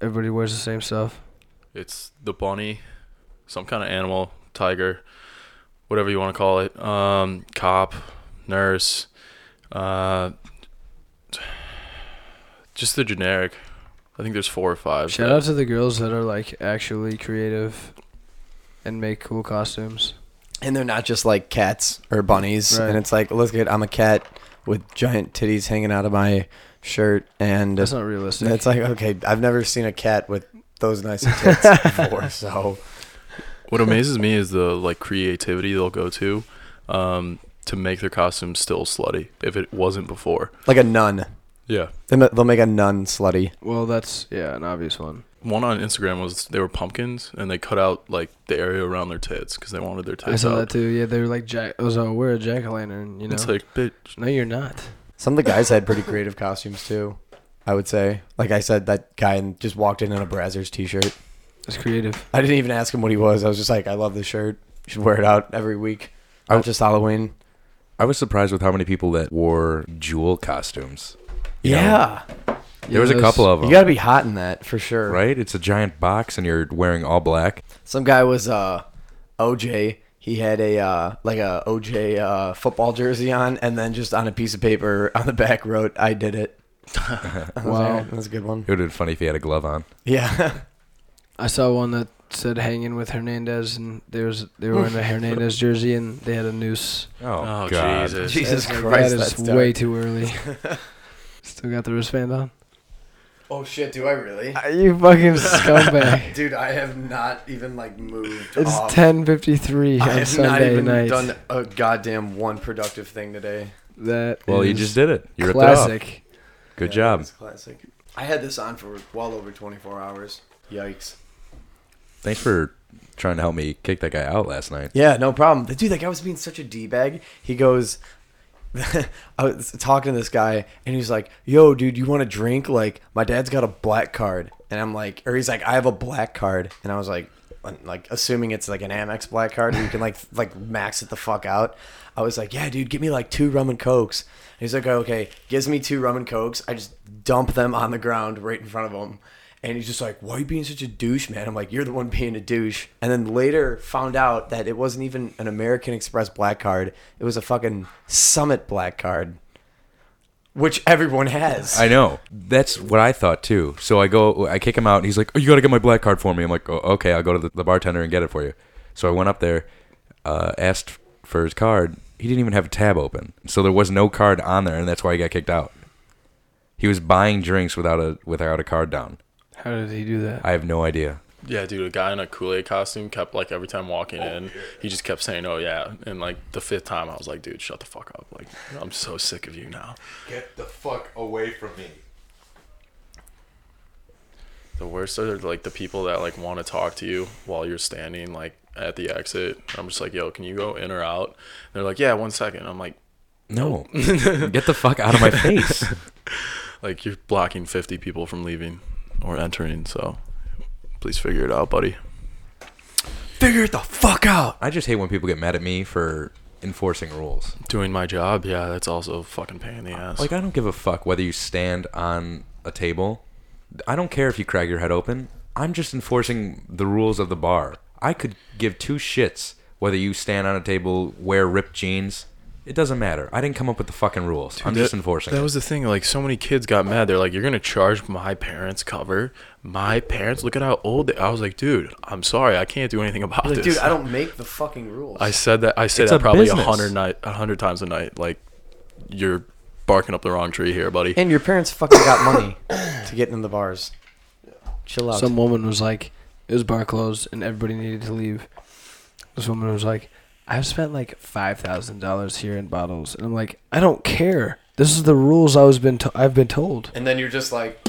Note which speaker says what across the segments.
Speaker 1: Everybody wears the same stuff.
Speaker 2: It's the bunny, some kind of animal, tiger, whatever you want to call it. Um, cop, nurse, uh, just the generic. I think there's four or five.
Speaker 1: Shout out to the girls that are like actually creative and make cool costumes.
Speaker 3: and they're not just like cats or bunnies.
Speaker 1: Right.
Speaker 3: And it's like, look at I'm a cat with giant titties hanging out of my shirt, and
Speaker 1: That's not realistic.
Speaker 3: it's like, okay, I've never seen a cat with those nice tits before. So
Speaker 2: What amazes me is the like creativity they'll go to, um, to make their costumes still slutty if it wasn't before.
Speaker 3: like a nun,
Speaker 2: Yeah.
Speaker 3: They ma- they'll make a nun slutty.
Speaker 1: well, that's yeah, an obvious one.
Speaker 2: One on Instagram was they were pumpkins and they cut out like the area around their tits because they wanted their
Speaker 1: I
Speaker 2: tits
Speaker 1: saw
Speaker 2: out.
Speaker 1: that too. Yeah, they were like jack. I was like, we're a jack o' lantern. You know,
Speaker 2: It's like bitch.
Speaker 1: no, you're not.
Speaker 3: Some of the guys had pretty creative costumes too. I would say, like I said, that guy and just walked in in a Brazzers t-shirt.
Speaker 1: It's creative.
Speaker 3: I didn't even ask him what he was. I was just like, I love this shirt. You should wear it out every week, not just Halloween.
Speaker 4: I was surprised with how many people that wore jewel costumes. You know,
Speaker 1: Yeah,
Speaker 4: there was a
Speaker 1: those-
Speaker 4: couple of them.
Speaker 3: you gotta be hot in that for sure.
Speaker 4: right? It's a giant box, and you're wearing all black.
Speaker 3: Some guy was uh, OJ. He had a uh, like a OJ uh, football jersey on, and then just on a piece of paper on the back wrote, "I did it." I was like,
Speaker 1: Wow.
Speaker 3: "All right, that's a good one.
Speaker 4: It would have been funny if he had a glove on.
Speaker 3: Yeah,
Speaker 1: I saw one that said hanging with Hernandez, and there was they were in a Hernandez jersey, and they had a noose.
Speaker 4: Oh,
Speaker 2: Oh,
Speaker 4: God.
Speaker 2: Jesus.
Speaker 3: Jesus
Speaker 1: That's like,
Speaker 3: Christ,
Speaker 1: that is
Speaker 3: that's dark.
Speaker 1: way too early. Still got the wristband on.
Speaker 3: Oh shit, do I really?
Speaker 1: You fucking scumbag.
Speaker 3: Dude, I have not even like moved.
Speaker 1: It's
Speaker 3: off.
Speaker 1: 10:53
Speaker 3: Oh. I
Speaker 1: on
Speaker 3: have not
Speaker 1: Sunday
Speaker 3: even
Speaker 1: night.
Speaker 3: done a goddamn one productive thing today.
Speaker 1: That
Speaker 4: Well, you
Speaker 1: is
Speaker 4: just did it. You ripped it off.
Speaker 1: classic.
Speaker 4: Good
Speaker 3: Yeah,
Speaker 4: job.
Speaker 3: that's classic. I had this on for well over 24 hours. Yikes.
Speaker 4: Thanks for trying to help me kick that guy out last night.
Speaker 3: Yeah, no problem. The- Dude, that guy was being such a d bag. He goes, I was talking to this guy, and he's like, "Yo, dude, you want a drink? Like, my dad's got a black card." And I'm like, or he's like, "I have a black card," and I was like, like assuming it's like an Amex black card, where you can like like max it the fuck out. I was like, "Yeah, dude, give me like two rum and cokes." And he's like, "Okay." Gives me two rum and cokes. I just dump them on the ground right in front of him. And he's just like, why are you being such a douche, man? I'm like, you're the one being a douche. And then later found out that it wasn't even an American Express black card. It was a fucking Summit black card, which everyone has.
Speaker 4: I know. That's what I thought too. So I go, I kick him out, and he's like, "Oh, you gotta get my black card for me." I'm like, oh, "Okay, I'll go to the, the bartender and get it for you." So I went up there, uh, asked for his card. He didn't even have a tab open, so there was no card on there, and that's why he got kicked out. He was buying drinks without a without a card down.
Speaker 1: How did he do that?
Speaker 4: I have no idea.
Speaker 2: Yeah, dude, a guy in a Kool Aid costume kept like every time walking
Speaker 5: Oh,
Speaker 2: in, he just kept saying, "Oh yeah," and like the fifth time, I was like, "Dude, shut the fuck up!" Like, I'm so sick of you now.
Speaker 5: Get the fuck away from me.
Speaker 2: The worst are like the people that like want to talk to you while you're standing like at the exit. I'm just like, "Yo, can you go in or out?" And they're like, "Yeah, one second. I'm like,
Speaker 4: No, get the fuck out of my face.
Speaker 2: "Like you're blocking 50 people from leaving or entering, so please figure it out, buddy."
Speaker 3: Figure it the fuck out.
Speaker 4: I just hate when people get mad at me for enforcing rules.
Speaker 2: Doing my job, yeah, that's also a fucking pain in the ass.
Speaker 4: Like I don't give a fuck whether you stand on a table. I don't care if you crack your head open. I'm just enforcing the rules of the bar. I could give two shits whether you stand on a table, wear ripped jeans. It doesn't matter. I didn't come up with the fucking rules. I'm just
Speaker 2: That-
Speaker 4: enforcing.
Speaker 2: That
Speaker 4: it.
Speaker 2: was the thing. Like so many kids got mad. They're like, "You're gonna charge my parents' cover? My parents? Look at how old." They-. I was like, "Dude, I'm sorry. I can't do anything about
Speaker 3: Like,
Speaker 2: this."
Speaker 3: dude, I don't make the fucking rules.
Speaker 2: I said that. I said
Speaker 4: It's
Speaker 2: that
Speaker 4: a
Speaker 2: probably a
Speaker 4: business.
Speaker 2: hundred night, a hundred times a night. Like, you're barking up the wrong tree here, buddy.
Speaker 3: and your parents fucking got money to get in the bars. Chill out.
Speaker 1: Some woman was like, it was bar closed and everybody needed to leave. This woman was like, I've spent like $5,000 here in bottles. And I'm like, I don't care. This is the rules I was been to- I've been told.
Speaker 3: and then you're just like,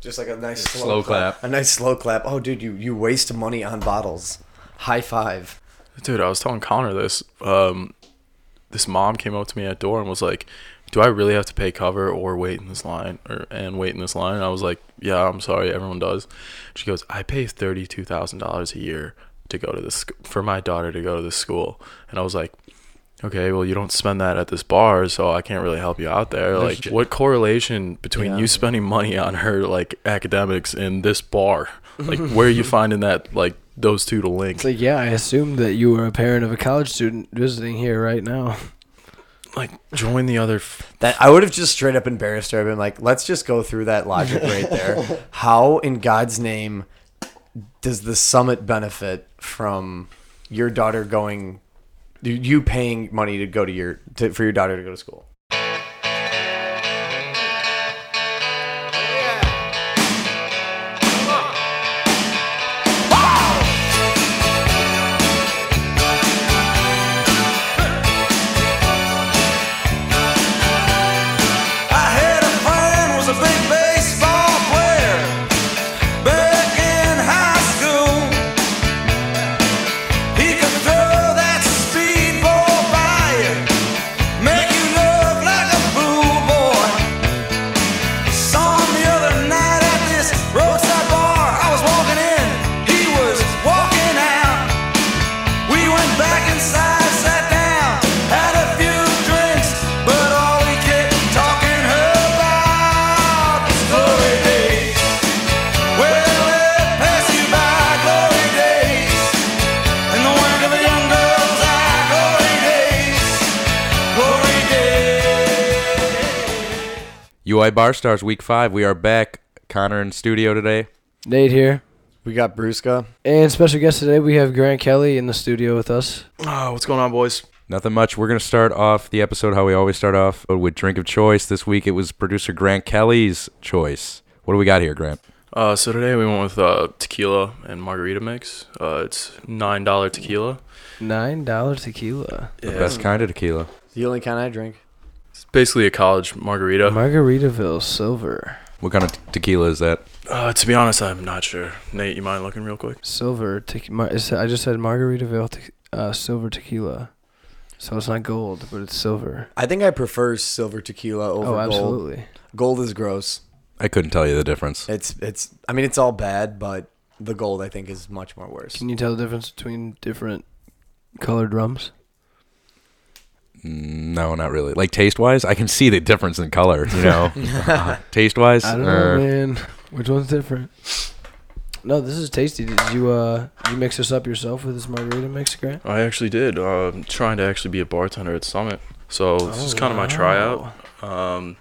Speaker 3: just like a nice slow,
Speaker 4: slow
Speaker 3: clap.
Speaker 4: clap.
Speaker 3: A nice slow clap. Oh, dude, you, you waste money on bottles. High five.
Speaker 2: Dude, I was telling Connor this. Um, this mom came up to me at door and was like, "Do I really have to pay cover or wait in this line or and wait in this line?" And I was like, "Yeah, I'm sorry, everyone does." She goes, "I pay thirty two thousand dollars a year to go to this sc- for my daughter to go to this school," and I was like, okay, well, you don't spend that at this bar, so I can't really help you out there. Like,
Speaker 4: j-
Speaker 2: what correlation between
Speaker 3: Yeah.
Speaker 2: you spending money on her like academics and this bar? Like, where are you finding that like those two to link?
Speaker 1: It's like, yeah, I assumed that you were a parent of a college student visiting here right now.
Speaker 2: Like, join the other. F-
Speaker 3: That I would have just straight up embarrassed her. I've been like, let's just go through that logic right there. How in God's name does the summit benefit from your daughter going, you- you paying money to go to your to, for your daughter to go to school?
Speaker 6: I had a friend was a big baseball player back in high school. He could throw that speedball by you, make you look like a fool boy. Saw him the other night at this roadside bar. I was walking in, he was walking out. We went back inside, sat down, had a few drinks, but all we kept talking about was glory days. Well, it passed you by, glory days, and the work of a young girl's eye, glory days, glory days.
Speaker 4: UI Bar Stars Week Five. We are back. Connor in studio today.
Speaker 1: Nate here.
Speaker 3: We got Brusca.
Speaker 1: And special guest today, we have Grant Kelly in the studio with us.
Speaker 2: oh, what's going on, boys?
Speaker 4: Nothing much. We're gonna start off the episode how we always start off with drink of choice. This week it was producer Grant Kelly's choice. What do we got here, Grant?
Speaker 2: Uh, so today we went with uh, tequila and margarita mix. Uh, it's nine dollar tequila.
Speaker 1: Nine dollar tequila.
Speaker 4: The best kind of tequila.
Speaker 3: The only kind I drink.
Speaker 2: It's basically a college margarita.
Speaker 1: Margaritaville silver.
Speaker 4: What kind of t- tequila is that?
Speaker 2: Uh, to be honest, I'm not sure. Nate, you mind looking real quick?
Speaker 1: Silver te- mar- it said- I just said Margaritaville te- uh, silver tequila. So it's not gold, but it's silver.
Speaker 3: I think I prefer silver tequila over
Speaker 1: oh,
Speaker 3: gold.
Speaker 1: absolutely.
Speaker 3: Gold is gross.
Speaker 4: I couldn't tell you the difference.
Speaker 3: It's it's. I mean, it's all bad, but the gold I think is much more worse.
Speaker 1: Can you tell the difference between different colored rums?
Speaker 4: Mm, No, not really. Like taste wise, I can see the difference in color. You know, taste wise.
Speaker 1: I don't know, man. Which one's different? No, this is tasty. Did you uh did you mix this up yourself with this margarita mix, Grant?
Speaker 2: I actually did. Uh, I'm trying to actually be a bartender at Summit. So this is
Speaker 1: Oh,
Speaker 2: kind of my
Speaker 1: wow.
Speaker 2: tryout. Um,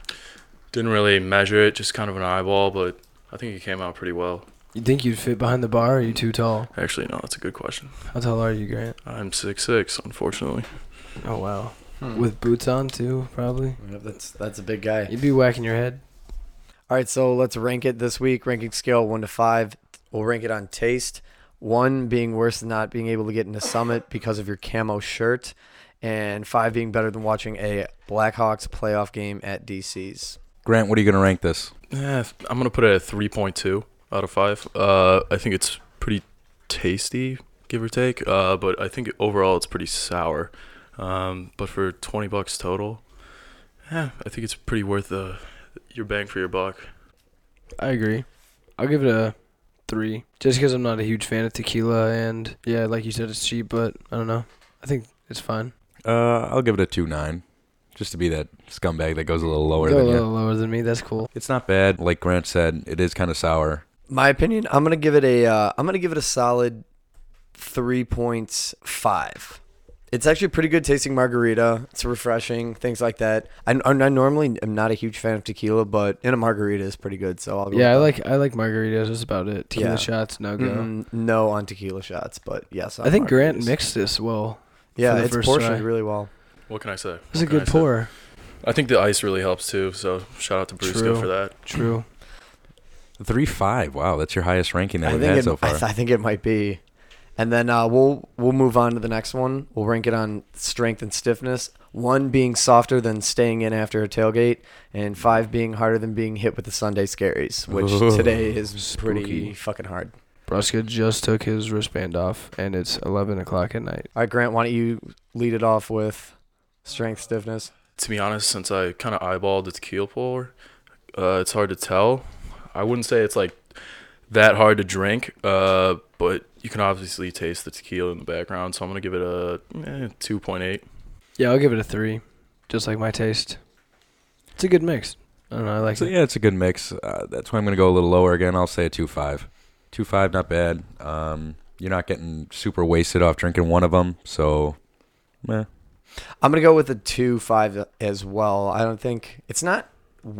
Speaker 2: didn't really measure it, just kind of an eyeball, but I think it came out pretty well.
Speaker 1: You think you'd fit behind the bar? Or are you too tall?
Speaker 2: Actually, no, that's a good question.
Speaker 1: How tall are you, Grant?
Speaker 2: I'm six six, unfortunately.
Speaker 1: Oh wow, with boots on too, probably.
Speaker 3: I don't know if That's that's a big guy.
Speaker 1: You'd be whacking your head.
Speaker 3: All right, so let's rank it this week. Ranking scale one to five. We'll rank it on taste. One being worse than not being able to get into Summit because of your camo shirt, and five being better than watching a Blackhawks playoff game at DC's.
Speaker 4: Grant, what are you gonna rank this?
Speaker 2: Yeah, Eh, I'm gonna put it at three point two out of five. Uh, I think it's pretty tasty, give or take. Uh, but I think overall it's pretty sour. Um, but for twenty bucks total, yeah, I think it's pretty worth the your bang for your buck.
Speaker 1: I agree. I'll give it a three, just because I'm not a huge fan of tequila, and yeah, like you said, it's cheap, but I don't know. I think it's fine.
Speaker 4: Uh, I'll give it a two nine, just to be that scumbag that goes a little lower
Speaker 1: Go a
Speaker 4: than
Speaker 1: little
Speaker 4: you.
Speaker 1: lower than me. That's cool.
Speaker 4: It's not bad. Like Grant said, it is kind of sour.
Speaker 3: My opinion, I'm gonna give it a uh, I'm gonna give it a solid three point five. It's actually a pretty good tasting margarita. It's refreshing, things like that. I, I, I normally am not a huge fan of tequila, but in a margarita is pretty good. So I'll go with
Speaker 1: Yeah, I
Speaker 3: that.
Speaker 1: like I like margaritas. That's about it. Tequila
Speaker 3: Yeah.
Speaker 1: shots, no go.
Speaker 3: Mm, no on tequila shots, but yes. on
Speaker 1: I think Grant
Speaker 3: margaritas.
Speaker 1: mixed this well.
Speaker 3: Yeah,
Speaker 1: for the
Speaker 3: it's
Speaker 1: first
Speaker 3: portioned
Speaker 1: try.
Speaker 3: really well.
Speaker 2: What can I say?
Speaker 1: It was a
Speaker 2: What can
Speaker 1: good
Speaker 2: I say?
Speaker 1: pour.
Speaker 2: I think the ice really helps too. So shout out to Brusco
Speaker 1: True.
Speaker 2: for that.
Speaker 1: True.
Speaker 4: Three five. Wow, that's your highest ranking that
Speaker 3: I
Speaker 4: we've
Speaker 3: think
Speaker 4: had
Speaker 3: it,
Speaker 4: so
Speaker 3: I,
Speaker 4: far.
Speaker 3: I think it might be. And then uh, we'll we'll move on to the next one. We'll rank it on strength and stiffness. One being softer than staying in after a tailgate, and five being harder than being hit with the Sunday scaries, which
Speaker 4: Ooh,
Speaker 3: today is pretty
Speaker 1: spooky.
Speaker 3: fucking hard.
Speaker 1: Bruska just took his wristband off, and it's eleven o'clock at night.
Speaker 3: All right, Grant, why don't you lead it off with strength stiffness?
Speaker 2: To be honest, since I kind of eyeballed the tequila pour, uh, it's hard to tell. I wouldn't say it's like that hard to drink, uh, but you can obviously taste the tequila in the background. So I'm gonna give it a eh, two point eight.
Speaker 1: Yeah, I'll give it a three. Just like my taste. It's a good mix. I don't know. I like
Speaker 4: So
Speaker 1: it.
Speaker 4: yeah, it's a good mix. Uh, that's why I'm going to go a little lower again. I'll say a two five. Two five, not bad. Um, you're not getting super wasted off drinking one of them, so meh.
Speaker 3: I'm gonna go with a two five as well. I don't think it's not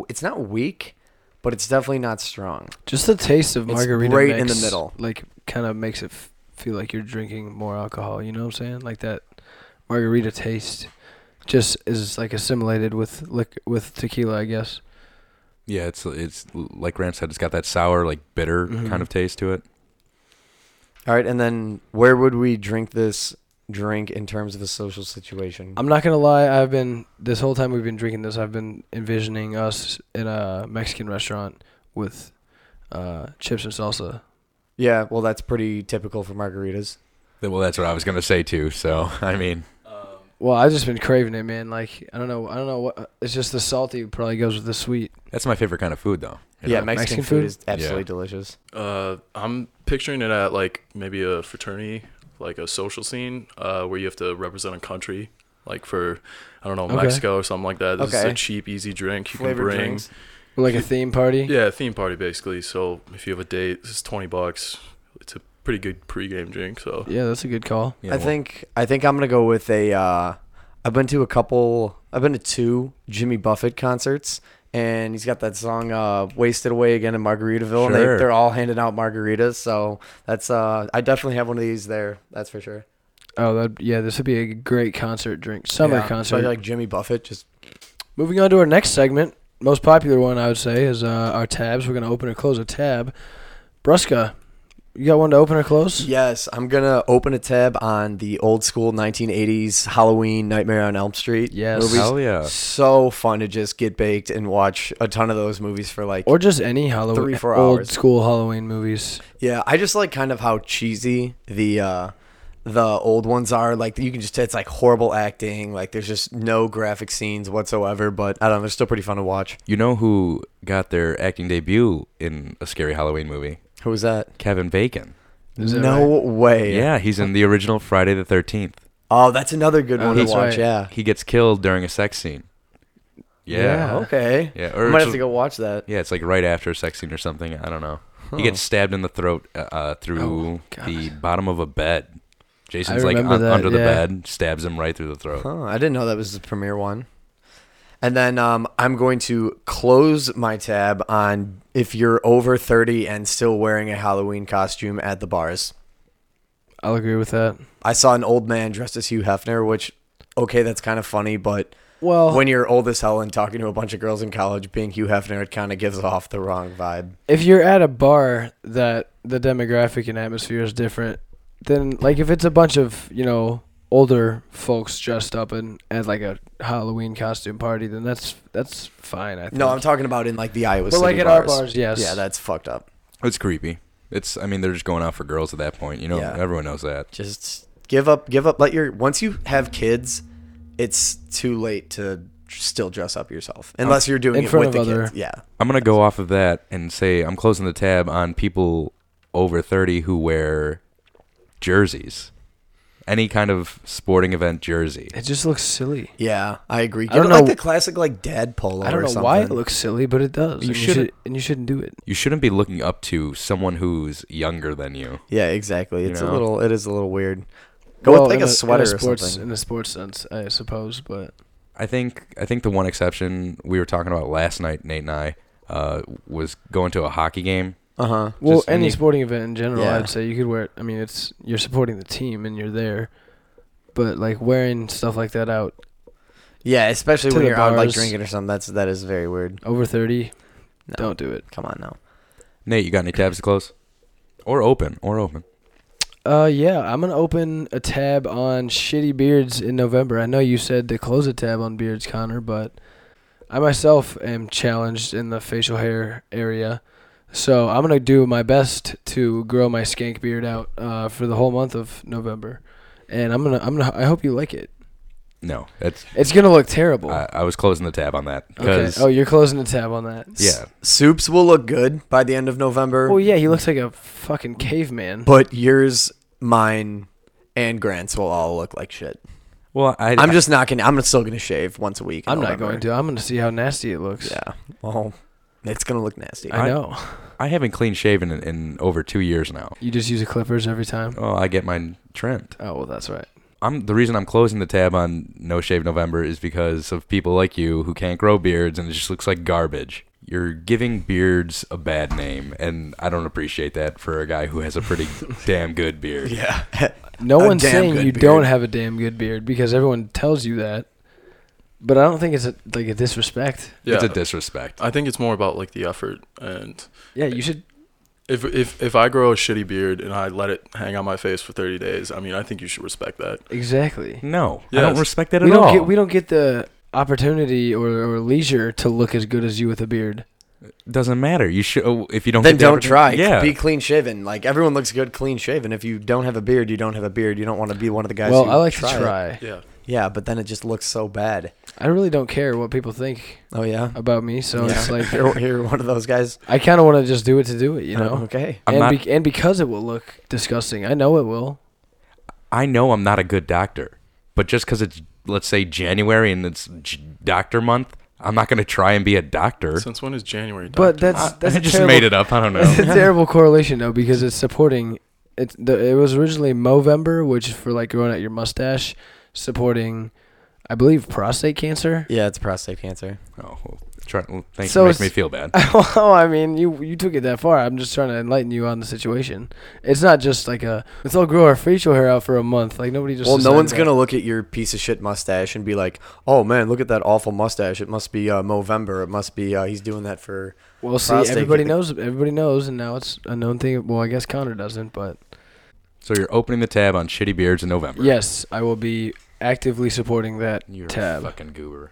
Speaker 3: it's not weak, but it's definitely not strong.
Speaker 1: Just the taste of
Speaker 3: It's
Speaker 1: margarita
Speaker 3: right in the
Speaker 1: mix,
Speaker 3: middle.
Speaker 1: Like, kind of makes it f- feel like you're drinking more alcohol. You know what I'm saying? Like that margarita taste just is like assimilated with lic- with tequila, I guess.
Speaker 4: Yeah, it's it's like Grant said, it's got that sour, like bitter
Speaker 3: Mm-hmm.
Speaker 1: Mhm.
Speaker 4: kind of taste to it.
Speaker 3: All right, and then where would we drink this drink in terms of a social situation?
Speaker 1: I'm not gonna lie. I've been this whole time we've been drinking this. I've been envisioning us in a Mexican restaurant with uh, chips and salsa.
Speaker 3: yeah, well, that's pretty typical for margaritas.
Speaker 4: Well, that's what I was going to say too. So I mean,
Speaker 1: Well, I've just been craving it, man. Like I don't know, I don't know what. It's just the salty probably goes with the sweet.
Speaker 4: that's my favorite kind of food, though. you
Speaker 3: Yeah,
Speaker 4: know?
Speaker 3: Mexican,
Speaker 1: Mexican
Speaker 3: food
Speaker 1: food?
Speaker 3: is absolutely
Speaker 4: Yeah.
Speaker 3: delicious.
Speaker 2: Uh, I'm picturing it at like maybe a fraternity, like a social scene, uh, where you have to represent a country, like for I don't know
Speaker 1: Okay.
Speaker 2: Mexico or something like that. This is
Speaker 3: Okay.
Speaker 2: a cheap, easy drink you
Speaker 3: Flavored
Speaker 2: can bring.
Speaker 3: drinks.
Speaker 1: Like a theme party.
Speaker 2: Yeah, theme party basically. So if you have a date, this is twenty bucks. It's a pretty good pregame drink. So
Speaker 1: Yeah, that's a good call.
Speaker 4: Yeah,
Speaker 3: I
Speaker 4: well,
Speaker 3: think I think I'm gonna go with a. Uh, I've been to a couple. I've been to two Jimmy Buffett concerts, and he's got that song uh, "Wasted Away" again in Margaritaville. And they,
Speaker 4: Sure.
Speaker 3: they're all handing out margaritas, so that's. Uh, I definitely have one of these there. That's for sure.
Speaker 1: Oh, that yeah, this would be a great concert drink, summer
Speaker 3: Yeah,
Speaker 1: concert.
Speaker 3: especially like Jimmy Buffett, just
Speaker 1: Moving on to our next segment, most popular one I would say is uh, our tabs. We're gonna open or close a tab. Brusca, you got one to open or close?
Speaker 3: Yes, I'm gonna open a tab on the old school 1980s Halloween Nightmare on Elm Street.
Speaker 1: Yes.
Speaker 3: movies.
Speaker 4: Hell yeah.
Speaker 3: So fun to just get baked and watch a ton of those movies for like.
Speaker 1: Or just any Halloween,
Speaker 3: Three, four
Speaker 1: old
Speaker 3: hours.
Speaker 1: school Halloween movies.
Speaker 3: yeah, I just like kind of how cheesy the uh, the old ones are. Like you can just it's like horrible acting. Like there's just no graphic scenes whatsoever. But I don't know, they're still pretty fun to watch.
Speaker 4: you know who got their acting debut in a scary Halloween movie?
Speaker 3: Who was that?
Speaker 4: Kevin Bacon.
Speaker 1: Is that
Speaker 3: no way.
Speaker 4: Yeah, he's in the original Friday the Thirteenth.
Speaker 3: Oh, that's another good
Speaker 1: Oh,
Speaker 3: one to
Speaker 1: that's
Speaker 3: watch.
Speaker 1: right.
Speaker 3: Yeah.
Speaker 4: He gets killed during a sex scene. Yeah.
Speaker 1: Yeah.
Speaker 3: Okay.
Speaker 4: Yeah,
Speaker 3: I
Speaker 4: or
Speaker 3: might
Speaker 4: it's
Speaker 3: have to
Speaker 4: a-
Speaker 3: go watch that.
Speaker 4: Yeah, it's like right after a sex scene or something. I don't know. He gets stabbed in the throat uh, uh, through
Speaker 1: God.
Speaker 4: the bottom of a bed. Jason's
Speaker 1: I
Speaker 4: like
Speaker 1: remember
Speaker 4: un-
Speaker 1: that,
Speaker 4: under the
Speaker 1: yeah.
Speaker 4: bed, stabs him right through the throat.
Speaker 3: Oh, I didn't know that was the premiere one. And then um, I'm going to close my tab on if you're over 30 and still wearing a Halloween costume at the bars.
Speaker 1: I'll agree with that.
Speaker 3: I saw an old man dressed as Hugh Hefner, which, okay, that's kind of funny, but
Speaker 1: Well,
Speaker 3: when you're old as hell and talking to a bunch of girls in college, being Hugh Hefner, it kind of gives off the wrong vibe.
Speaker 1: if you're at a bar that the demographic and atmosphere is different, then like if it's a bunch of you know older folks dressed up in as like a Halloween costume party, then that's that's fine. I think.
Speaker 3: No, I'm talking about in like the Iowa
Speaker 1: But,
Speaker 3: City
Speaker 1: like, at our
Speaker 3: bars.
Speaker 1: bars, yes.
Speaker 3: Yeah, that's fucked up.
Speaker 4: It's creepy. It's I mean they're just going out for girls at that point. You know,
Speaker 3: Yeah.
Speaker 4: everyone knows that.
Speaker 3: just give up give up let your once you have kids it's too late to still dress up yourself unless you're doing
Speaker 1: In
Speaker 3: it
Speaker 1: front
Speaker 3: with
Speaker 1: of
Speaker 3: the
Speaker 1: other-
Speaker 3: kids yeah
Speaker 4: I'm gonna go off of that and say I'm closing the tab on people over 30 who wear jerseys, any kind of sporting event jersey.
Speaker 1: it just looks silly.
Speaker 3: yeah i agree
Speaker 1: I
Speaker 3: Give
Speaker 1: don't
Speaker 3: it like
Speaker 1: know-
Speaker 3: the classic like dad polo
Speaker 1: I don't
Speaker 3: or
Speaker 1: know
Speaker 3: something.
Speaker 1: why it looks silly, but it does.
Speaker 4: You
Speaker 1: and
Speaker 4: shouldn't-
Speaker 1: should, and you shouldn't do it.
Speaker 4: You shouldn't be looking up to someone who's younger than you.
Speaker 3: yeah exactly it's a
Speaker 4: know?
Speaker 3: little it is a little weird go
Speaker 1: Well,
Speaker 3: with like
Speaker 1: in
Speaker 3: a, sweater
Speaker 1: in a
Speaker 3: or
Speaker 1: sports,
Speaker 3: something
Speaker 1: in a sports sense, I suppose. But
Speaker 4: I think I think the one exception we were talking about last night, Nate and I, uh, was going to a hockey game.
Speaker 3: uh-huh
Speaker 1: well,
Speaker 4: Just
Speaker 1: any
Speaker 4: any-
Speaker 1: sporting event in general,
Speaker 3: Yeah.
Speaker 1: I'd say you could wear. it. I mean, it's you're supporting the team and you're there, but like wearing stuff like that out
Speaker 3: yeah especially
Speaker 1: To
Speaker 3: when
Speaker 1: the
Speaker 3: you're out like
Speaker 1: bars.
Speaker 3: drinking or something that's that is very weird
Speaker 1: over thirty,
Speaker 3: No.
Speaker 1: don't do it.
Speaker 3: come on now
Speaker 4: Nate, you got any tabs to close? Or open, or open.
Speaker 1: Uh, yeah, I'm gonna open a tab on shitty beards in November. I know you said to close a tab on beards, Connor, but I myself am challenged in the facial hair area, so I'm gonna do my best to grow my skank beard out uh, for the whole month of November, and I'm gonna I'm gonna I hope you like it.
Speaker 4: No, that's
Speaker 1: It's gonna look terrible.
Speaker 4: I, I was closing the tab on that
Speaker 1: okay.
Speaker 4: because
Speaker 1: Oh, you're closing the tab on that.
Speaker 4: yeah,
Speaker 3: soups will look good by the end of november
Speaker 1: Well, Oh, yeah, he looks like a fucking caveman.
Speaker 3: but yours mine and grant's will all look like shit
Speaker 4: Well, I,
Speaker 3: I'm just not gonna. I'm still gonna shave once a week. in
Speaker 1: I'm not
Speaker 3: November.
Speaker 1: going to. I'm going to see how nasty it looks.
Speaker 3: Yeah. Well, it's gonna look nasty.
Speaker 1: I know.
Speaker 4: I haven't clean shaven in, in over two years now.
Speaker 1: You just use the clippers every time.
Speaker 4: Oh, I get mine trimmed.
Speaker 1: Oh well, that's right.
Speaker 4: I'm the reason I'm closing the tab on No Shave November is because of people like you who can't grow beards and it just looks like garbage. You're giving beards a bad name, and I don't appreciate that for a guy who has a pretty damn good beard.
Speaker 3: yeah.
Speaker 1: No
Speaker 3: A
Speaker 1: one's
Speaker 3: damn
Speaker 1: saying
Speaker 3: good
Speaker 1: you
Speaker 3: beard.
Speaker 1: don't have a damn good beard because everyone tells you that. But I don't think it's a, like a disrespect.
Speaker 2: Yeah,
Speaker 4: It's a disrespect.
Speaker 2: I think it's more about like the effort and
Speaker 1: Yeah, you should.
Speaker 2: if if if I grow a shitty beard and I let it hang on my face for 30 days, I mean, I think you should respect that.
Speaker 1: Exactly.
Speaker 4: no, I
Speaker 2: Yes.
Speaker 4: don't respect that at
Speaker 1: we don't
Speaker 4: all.
Speaker 1: get we don't get the opportunity or, or leisure to look as good as you with a beard.
Speaker 4: Doesn't matter. You should oh, if you don't.
Speaker 3: Then
Speaker 4: get the
Speaker 3: don't
Speaker 4: opportu-
Speaker 3: try.
Speaker 4: Yeah,
Speaker 3: Be clean shaven. Like everyone looks good clean shaven. If you don't have a beard, you don't have a beard. You don't want to be one of the guys.
Speaker 1: well,
Speaker 3: who
Speaker 1: I like
Speaker 3: try
Speaker 1: to
Speaker 3: it.
Speaker 1: try.
Speaker 2: Yeah.
Speaker 3: Yeah, but then it just looks so bad.
Speaker 1: I really don't care what people think
Speaker 3: Oh yeah.
Speaker 1: about me, so
Speaker 3: Yeah.
Speaker 1: it's like
Speaker 3: you're, you're one of those guys.
Speaker 1: I kind of want to just do it to do it, you know.
Speaker 3: Okay.
Speaker 4: I'm
Speaker 1: and
Speaker 4: not-
Speaker 1: be- and because it will look disgusting, I know it will.
Speaker 4: I know I'm not a good doctor, but just because it's let's say January and it's J- Doctor Month, I'm not going to try and be a doctor.
Speaker 2: Since when is January?
Speaker 1: But
Speaker 2: doctor?
Speaker 4: I,
Speaker 1: that's that's
Speaker 4: I
Speaker 1: a
Speaker 4: just
Speaker 1: terrible-
Speaker 4: made it up. I don't know.
Speaker 1: It's a terrible correlation though because it's supporting it. The, it was originally Movember, which is for like growing out your mustache, supporting, I believe, prostate cancer.
Speaker 3: Yeah, it's prostate cancer.
Speaker 4: oh, well, try, well, thanks
Speaker 1: So
Speaker 4: for making me
Speaker 1: it's-
Speaker 4: feel bad.
Speaker 1: well, I mean, you you took it that far. I'm just trying to enlighten you on the situation. It's not just like a let's all grow our facial hair out for a month. Like nobody just.
Speaker 3: Well, no
Speaker 1: decided
Speaker 3: one's
Speaker 1: that.
Speaker 3: gonna look at your piece of shit mustache and be like, "Oh man, look at that awful mustache. It must be uh, Movember. It must be uh, he's doing that for."
Speaker 1: Well, see,
Speaker 3: prostate
Speaker 1: everybody
Speaker 3: ca-
Speaker 1: knows. Everybody knows, and now it's a known thing. Well, I guess Connor doesn't, but
Speaker 4: So you're opening the tab on shitty beards in November.
Speaker 1: yes, I will be actively supporting that
Speaker 4: You're
Speaker 1: tab.
Speaker 4: a fucking goober.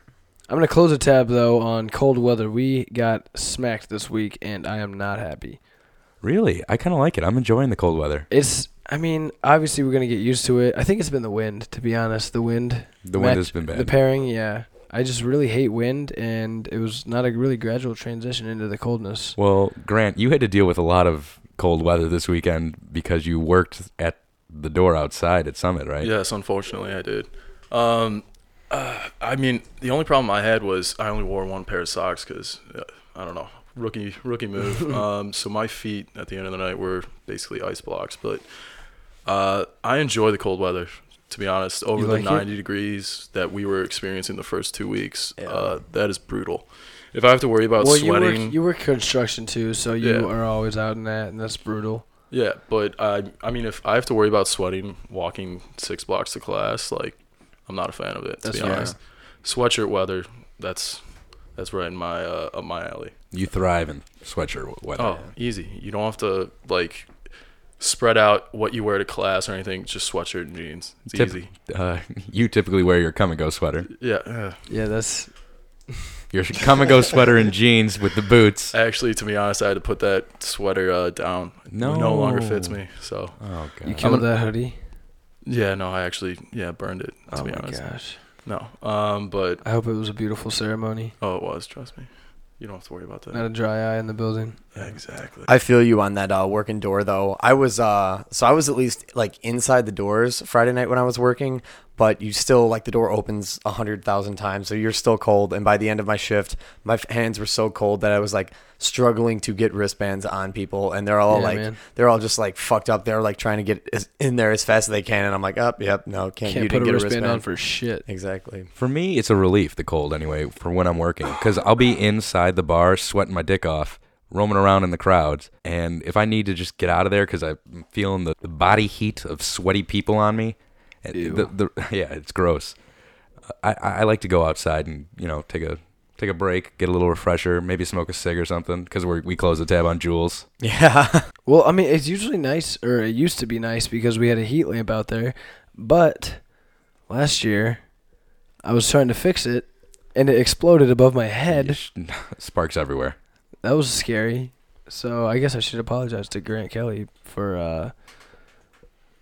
Speaker 1: I'm gonna close a tab though on cold weather. We got smacked this week, and I am not happy.
Speaker 4: Really, I kind of like it. I'm enjoying the cold weather.
Speaker 1: It's. I mean, obviously we're gonna get used to it. I think it's been the wind, to be honest. The wind.
Speaker 4: The wind
Speaker 1: match-
Speaker 4: has been bad.
Speaker 1: The pairing, yeah. I just really hate wind, and it was not a really gradual transition into the coldness.
Speaker 4: well, Grant, you had to deal with a lot of cold weather this weekend because you worked at the door outside at Summit, right?
Speaker 2: Yes, unfortunately, I did. Um, uh, I mean, the only problem I had was I only wore one pair of socks because uh, I don't know rookie rookie move. um, so my feet at the end of the night were basically ice blocks. But uh, I enjoy the cold weather. To be honest, over
Speaker 1: like it?
Speaker 2: the 90 degrees that we were experiencing the first two weeks, uh, that is brutal. If I have to worry about
Speaker 1: well, you
Speaker 2: sweating,
Speaker 1: work you work construction too, so you
Speaker 2: Yeah.
Speaker 1: are always out in that, and that's brutal.
Speaker 2: Yeah, but I I mean if I have to worry about sweating walking six blocks to class, like I'm not a fan of it to
Speaker 1: That's
Speaker 2: be
Speaker 1: fair.
Speaker 2: honest. Sweatshirt weather, that's that's right in my uh up my alley.
Speaker 4: You thrive in sweatshirt weather.
Speaker 2: Oh, easy. You don't have to like spread out what you wear to class or anything, just sweatshirt and jeans. It's
Speaker 4: Typ-
Speaker 2: easy.
Speaker 4: Uh, you typically wear your come and go sweater.
Speaker 2: Yeah. uh,
Speaker 1: Yeah, that's
Speaker 4: Your come and go sweater and jeans with the boots.
Speaker 2: Actually, to be honest, I had to put that sweater uh, down.
Speaker 4: No.
Speaker 2: It no longer fits me. So,
Speaker 4: Oh god.
Speaker 1: you killed that hoodie.
Speaker 2: yeah, no, I actually yeah, burned it to
Speaker 1: oh
Speaker 2: be
Speaker 1: my
Speaker 2: honest.
Speaker 1: gosh!
Speaker 2: No. Um but
Speaker 1: I hope it was a beautiful ceremony.
Speaker 2: oh, it was, trust me. You don't have to worry about that.
Speaker 1: Not a dry eye in the building.
Speaker 2: Exactly.
Speaker 3: I feel you on that uh, working door though. I was uh, so I was at least like inside the doors Friday night when I was working, but you still like the door opens a hundred thousand times, so you're still cold. And by the end of my shift, my f- hands were so cold that I was like struggling to get wristbands on people, and they're all
Speaker 1: Yeah,
Speaker 3: like
Speaker 1: man.
Speaker 3: they're all just like fucked up. They're like trying to get as- in there as fast as they can, and I'm like, up, yep, no, can't,
Speaker 1: Can't
Speaker 3: you
Speaker 1: put
Speaker 3: didn't
Speaker 1: a
Speaker 3: get
Speaker 1: wristband,
Speaker 3: a wristband
Speaker 1: on for shit.
Speaker 3: exactly.
Speaker 4: For me, it's a relief, the cold anyway, for when I'm working, because I'll be inside the bar sweating my dick off, roaming around in the crowds. And if I need to just get out of there because I'm feeling the, the body heat of sweaty people on me, and the, the, yeah, it's gross. I, I I like to go outside and, you know, take a take a break, get a little refresher, maybe smoke a cig or something, because we close the tab on Jules.
Speaker 3: Yeah,
Speaker 1: Well, I mean, it's usually nice, or it used to be nice because we had a heat lamp out there. But last year, I was trying to fix it, and it exploded above my head.
Speaker 4: Sparks everywhere.
Speaker 1: That was scary. So I guess I should apologize to Grant Kelly for uh,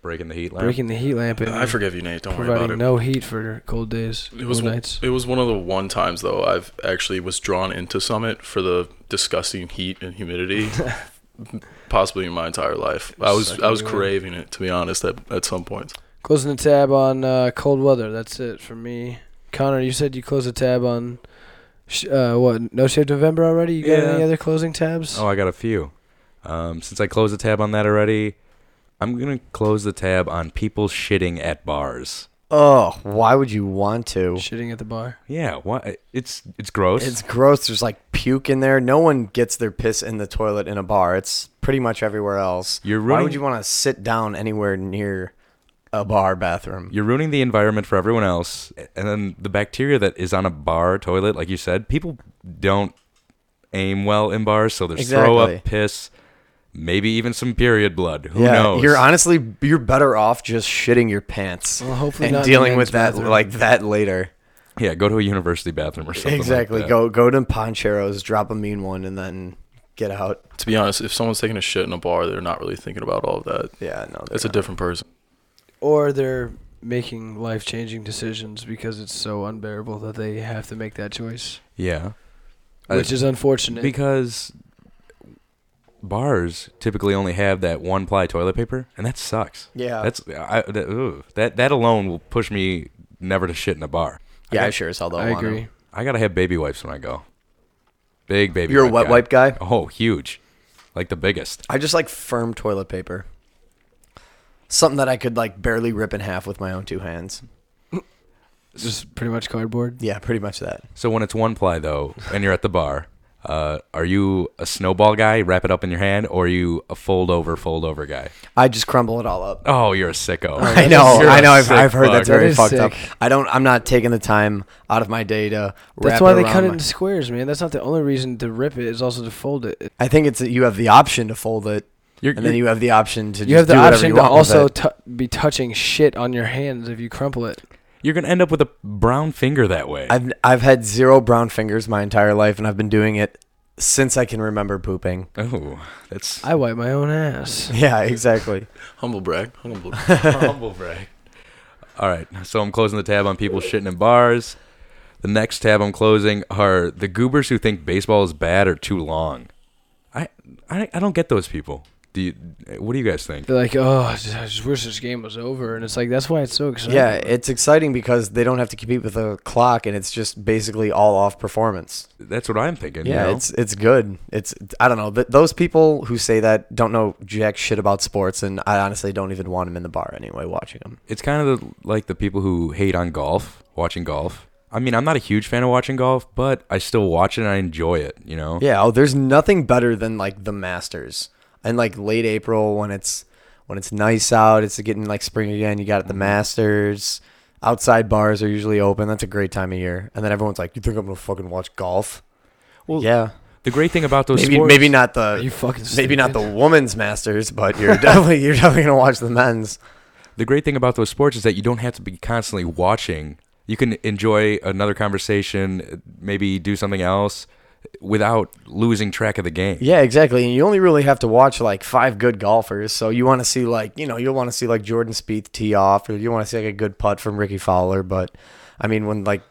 Speaker 4: Breaking the heat lamp.
Speaker 1: breaking the heat lamp and
Speaker 2: I forgive you, Nate. Don't worry about
Speaker 1: providing
Speaker 2: it.
Speaker 1: no heat for cold days,
Speaker 2: it was
Speaker 1: cold nights.
Speaker 2: it was one of the one times though I've actually was drawn into Summit for the disgusting heat and humidity, possibly in my entire life. I was
Speaker 1: Sucking
Speaker 2: I was
Speaker 1: you in.
Speaker 2: craving it to be honest at at some points.
Speaker 1: Closing the tab on uh, cold weather. That's it for me. Connor, you said you closed the tab on sh- uh, what? No Shave November already. You got
Speaker 4: Yeah.
Speaker 1: any other closing tabs?
Speaker 4: Oh, I got a few. Um, since I closed the tab on that already, I'm gonna close the tab on people shitting at bars.
Speaker 3: Oh, why would you want to?
Speaker 1: Shitting at the bar.
Speaker 4: Yeah, why? It's it's gross.
Speaker 3: It's gross. There's like puke in there. No one gets their piss in the toilet in a bar. It's pretty much everywhere else.
Speaker 4: You're
Speaker 3: Why
Speaker 4: ruining-
Speaker 3: would you want to sit down anywhere near a bar bathroom?
Speaker 4: You're ruining the environment for everyone else, and then the bacteria that is on a bar toilet, like you said, people don't aim well in bars, so there's throw up,
Speaker 3: Exactly.
Speaker 4: piss, maybe even some period blood. Who knows?
Speaker 3: You're honestly you're better off just shitting your pants
Speaker 1: Well, hopefully
Speaker 3: and
Speaker 1: not in the
Speaker 3: dealing with
Speaker 1: men's
Speaker 3: that
Speaker 1: bathroom.
Speaker 3: like that later.
Speaker 4: Yeah, go to a university bathroom or something. like
Speaker 3: exactly.
Speaker 4: that.
Speaker 3: go go to Poncheros, drop a mean one, and then get out.
Speaker 2: To be honest, if someone's taking a shit in a bar, they're not really thinking about all of that.
Speaker 3: Yeah, no.
Speaker 2: It's a different person.
Speaker 1: Or they're making life changing decisions because it's so unbearable that they have to make that choice,
Speaker 4: Yeah. Uh,
Speaker 1: which is unfortunate.
Speaker 4: because bars typically only have that one ply toilet paper, and that sucks.
Speaker 3: Yeah.
Speaker 4: that's I, that, ooh, that that alone will push me never to shit in a bar.
Speaker 3: yeah, I sure as hell don't
Speaker 1: I
Speaker 3: want to.
Speaker 1: agree.
Speaker 4: I gotta have baby wipes when I go. Big baby.
Speaker 3: You're a wet wipe guy?
Speaker 4: Oh, huge, like the biggest.
Speaker 3: I just like firm toilet paper. Something that I could like barely rip in half with my own two hands.
Speaker 1: Just pretty much cardboard.
Speaker 3: Yeah, pretty much that.
Speaker 4: So when it's one ply though, and you're at the bar, uh, are you a snowball guy? Wrap it up in your hand, or are you a fold over, fold over guy?
Speaker 3: I just crumble it all up.
Speaker 4: Oh, you're a sicko.
Speaker 3: I know,
Speaker 4: You're
Speaker 3: I know.
Speaker 4: a
Speaker 3: I've,
Speaker 4: sick
Speaker 3: I've heard that's
Speaker 4: fuck.
Speaker 3: very
Speaker 1: That is
Speaker 3: fucked up.
Speaker 1: sick.
Speaker 3: I don't. I'm not taking the time out of my day to.
Speaker 1: That's
Speaker 3: wrap
Speaker 1: why
Speaker 3: it
Speaker 1: they
Speaker 3: around
Speaker 1: cut it
Speaker 3: my-
Speaker 1: into squares, man. That's not the only reason to rip it. Is also to fold it.
Speaker 3: I think it's that you have the option to fold it,
Speaker 4: You're-
Speaker 3: and then you have the option to. Just
Speaker 1: you have the
Speaker 3: do whatever
Speaker 1: option
Speaker 3: you
Speaker 1: to
Speaker 3: want with
Speaker 1: also
Speaker 3: it.
Speaker 1: t- be touching shit on your hands if you crumple it.
Speaker 4: You're gonna end up with a brown finger that way.
Speaker 3: I've I've had zero brown fingers my entire life, and I've been doing it since I can remember pooping.
Speaker 4: oh, that's
Speaker 1: I wipe my own ass.
Speaker 3: Yeah, exactly.
Speaker 2: Humble brag. Humble brag.
Speaker 4: humble brag. All right, so I'm closing the tab on people shitting in bars. The next tab I'm closing are the goobers who think baseball is bad or too long. I I, I don't get those people. Do you, what do you guys think?
Speaker 1: They're like, oh, I just, I just wish this game was over. And it's like that's why it's so exciting.
Speaker 3: yeah, it's exciting because they don't have to compete with the clock, and it's just basically all off performance.
Speaker 4: That's what I'm thinking. you
Speaker 3: Yeah,
Speaker 4: know?
Speaker 3: it's it's good. It's I don't know. Th- Those people who say that don't know jack shit about sports, and I honestly don't even want them in the bar anyway. Watching them,
Speaker 4: it's kind of the, like the people who hate on golf, watching golf. I mean, I'm not a huge fan of watching golf, but I still watch it and I enjoy it. You know.
Speaker 3: yeah. Oh, there's nothing better than like the Masters and like late April when it's when it's nice out. It's getting like spring again. You
Speaker 4: Mm-hmm.
Speaker 3: got at the Masters. Outside bars are usually open. That's a great time of year. And then everyone's like, "You think I'm gonna fucking watch golf?" Well, yeah.
Speaker 4: The great thing about those
Speaker 3: Maybe
Speaker 4: sports,
Speaker 3: maybe not the
Speaker 1: you fucking
Speaker 3: maybe not the
Speaker 1: stupid?
Speaker 3: women's Masters, but you're definitely you're definitely gonna watch the men's.
Speaker 4: the great thing about those sports is that you don't have to be constantly watching. You can enjoy another conversation, maybe do something else without losing track of the game.
Speaker 3: Yeah, exactly. And you only really have to watch like five good golfers. So you want to see like you know you'll want to see like Jordan Spieth tee off, or you want to see like a good putt from Ricky Fowler. But I mean, when like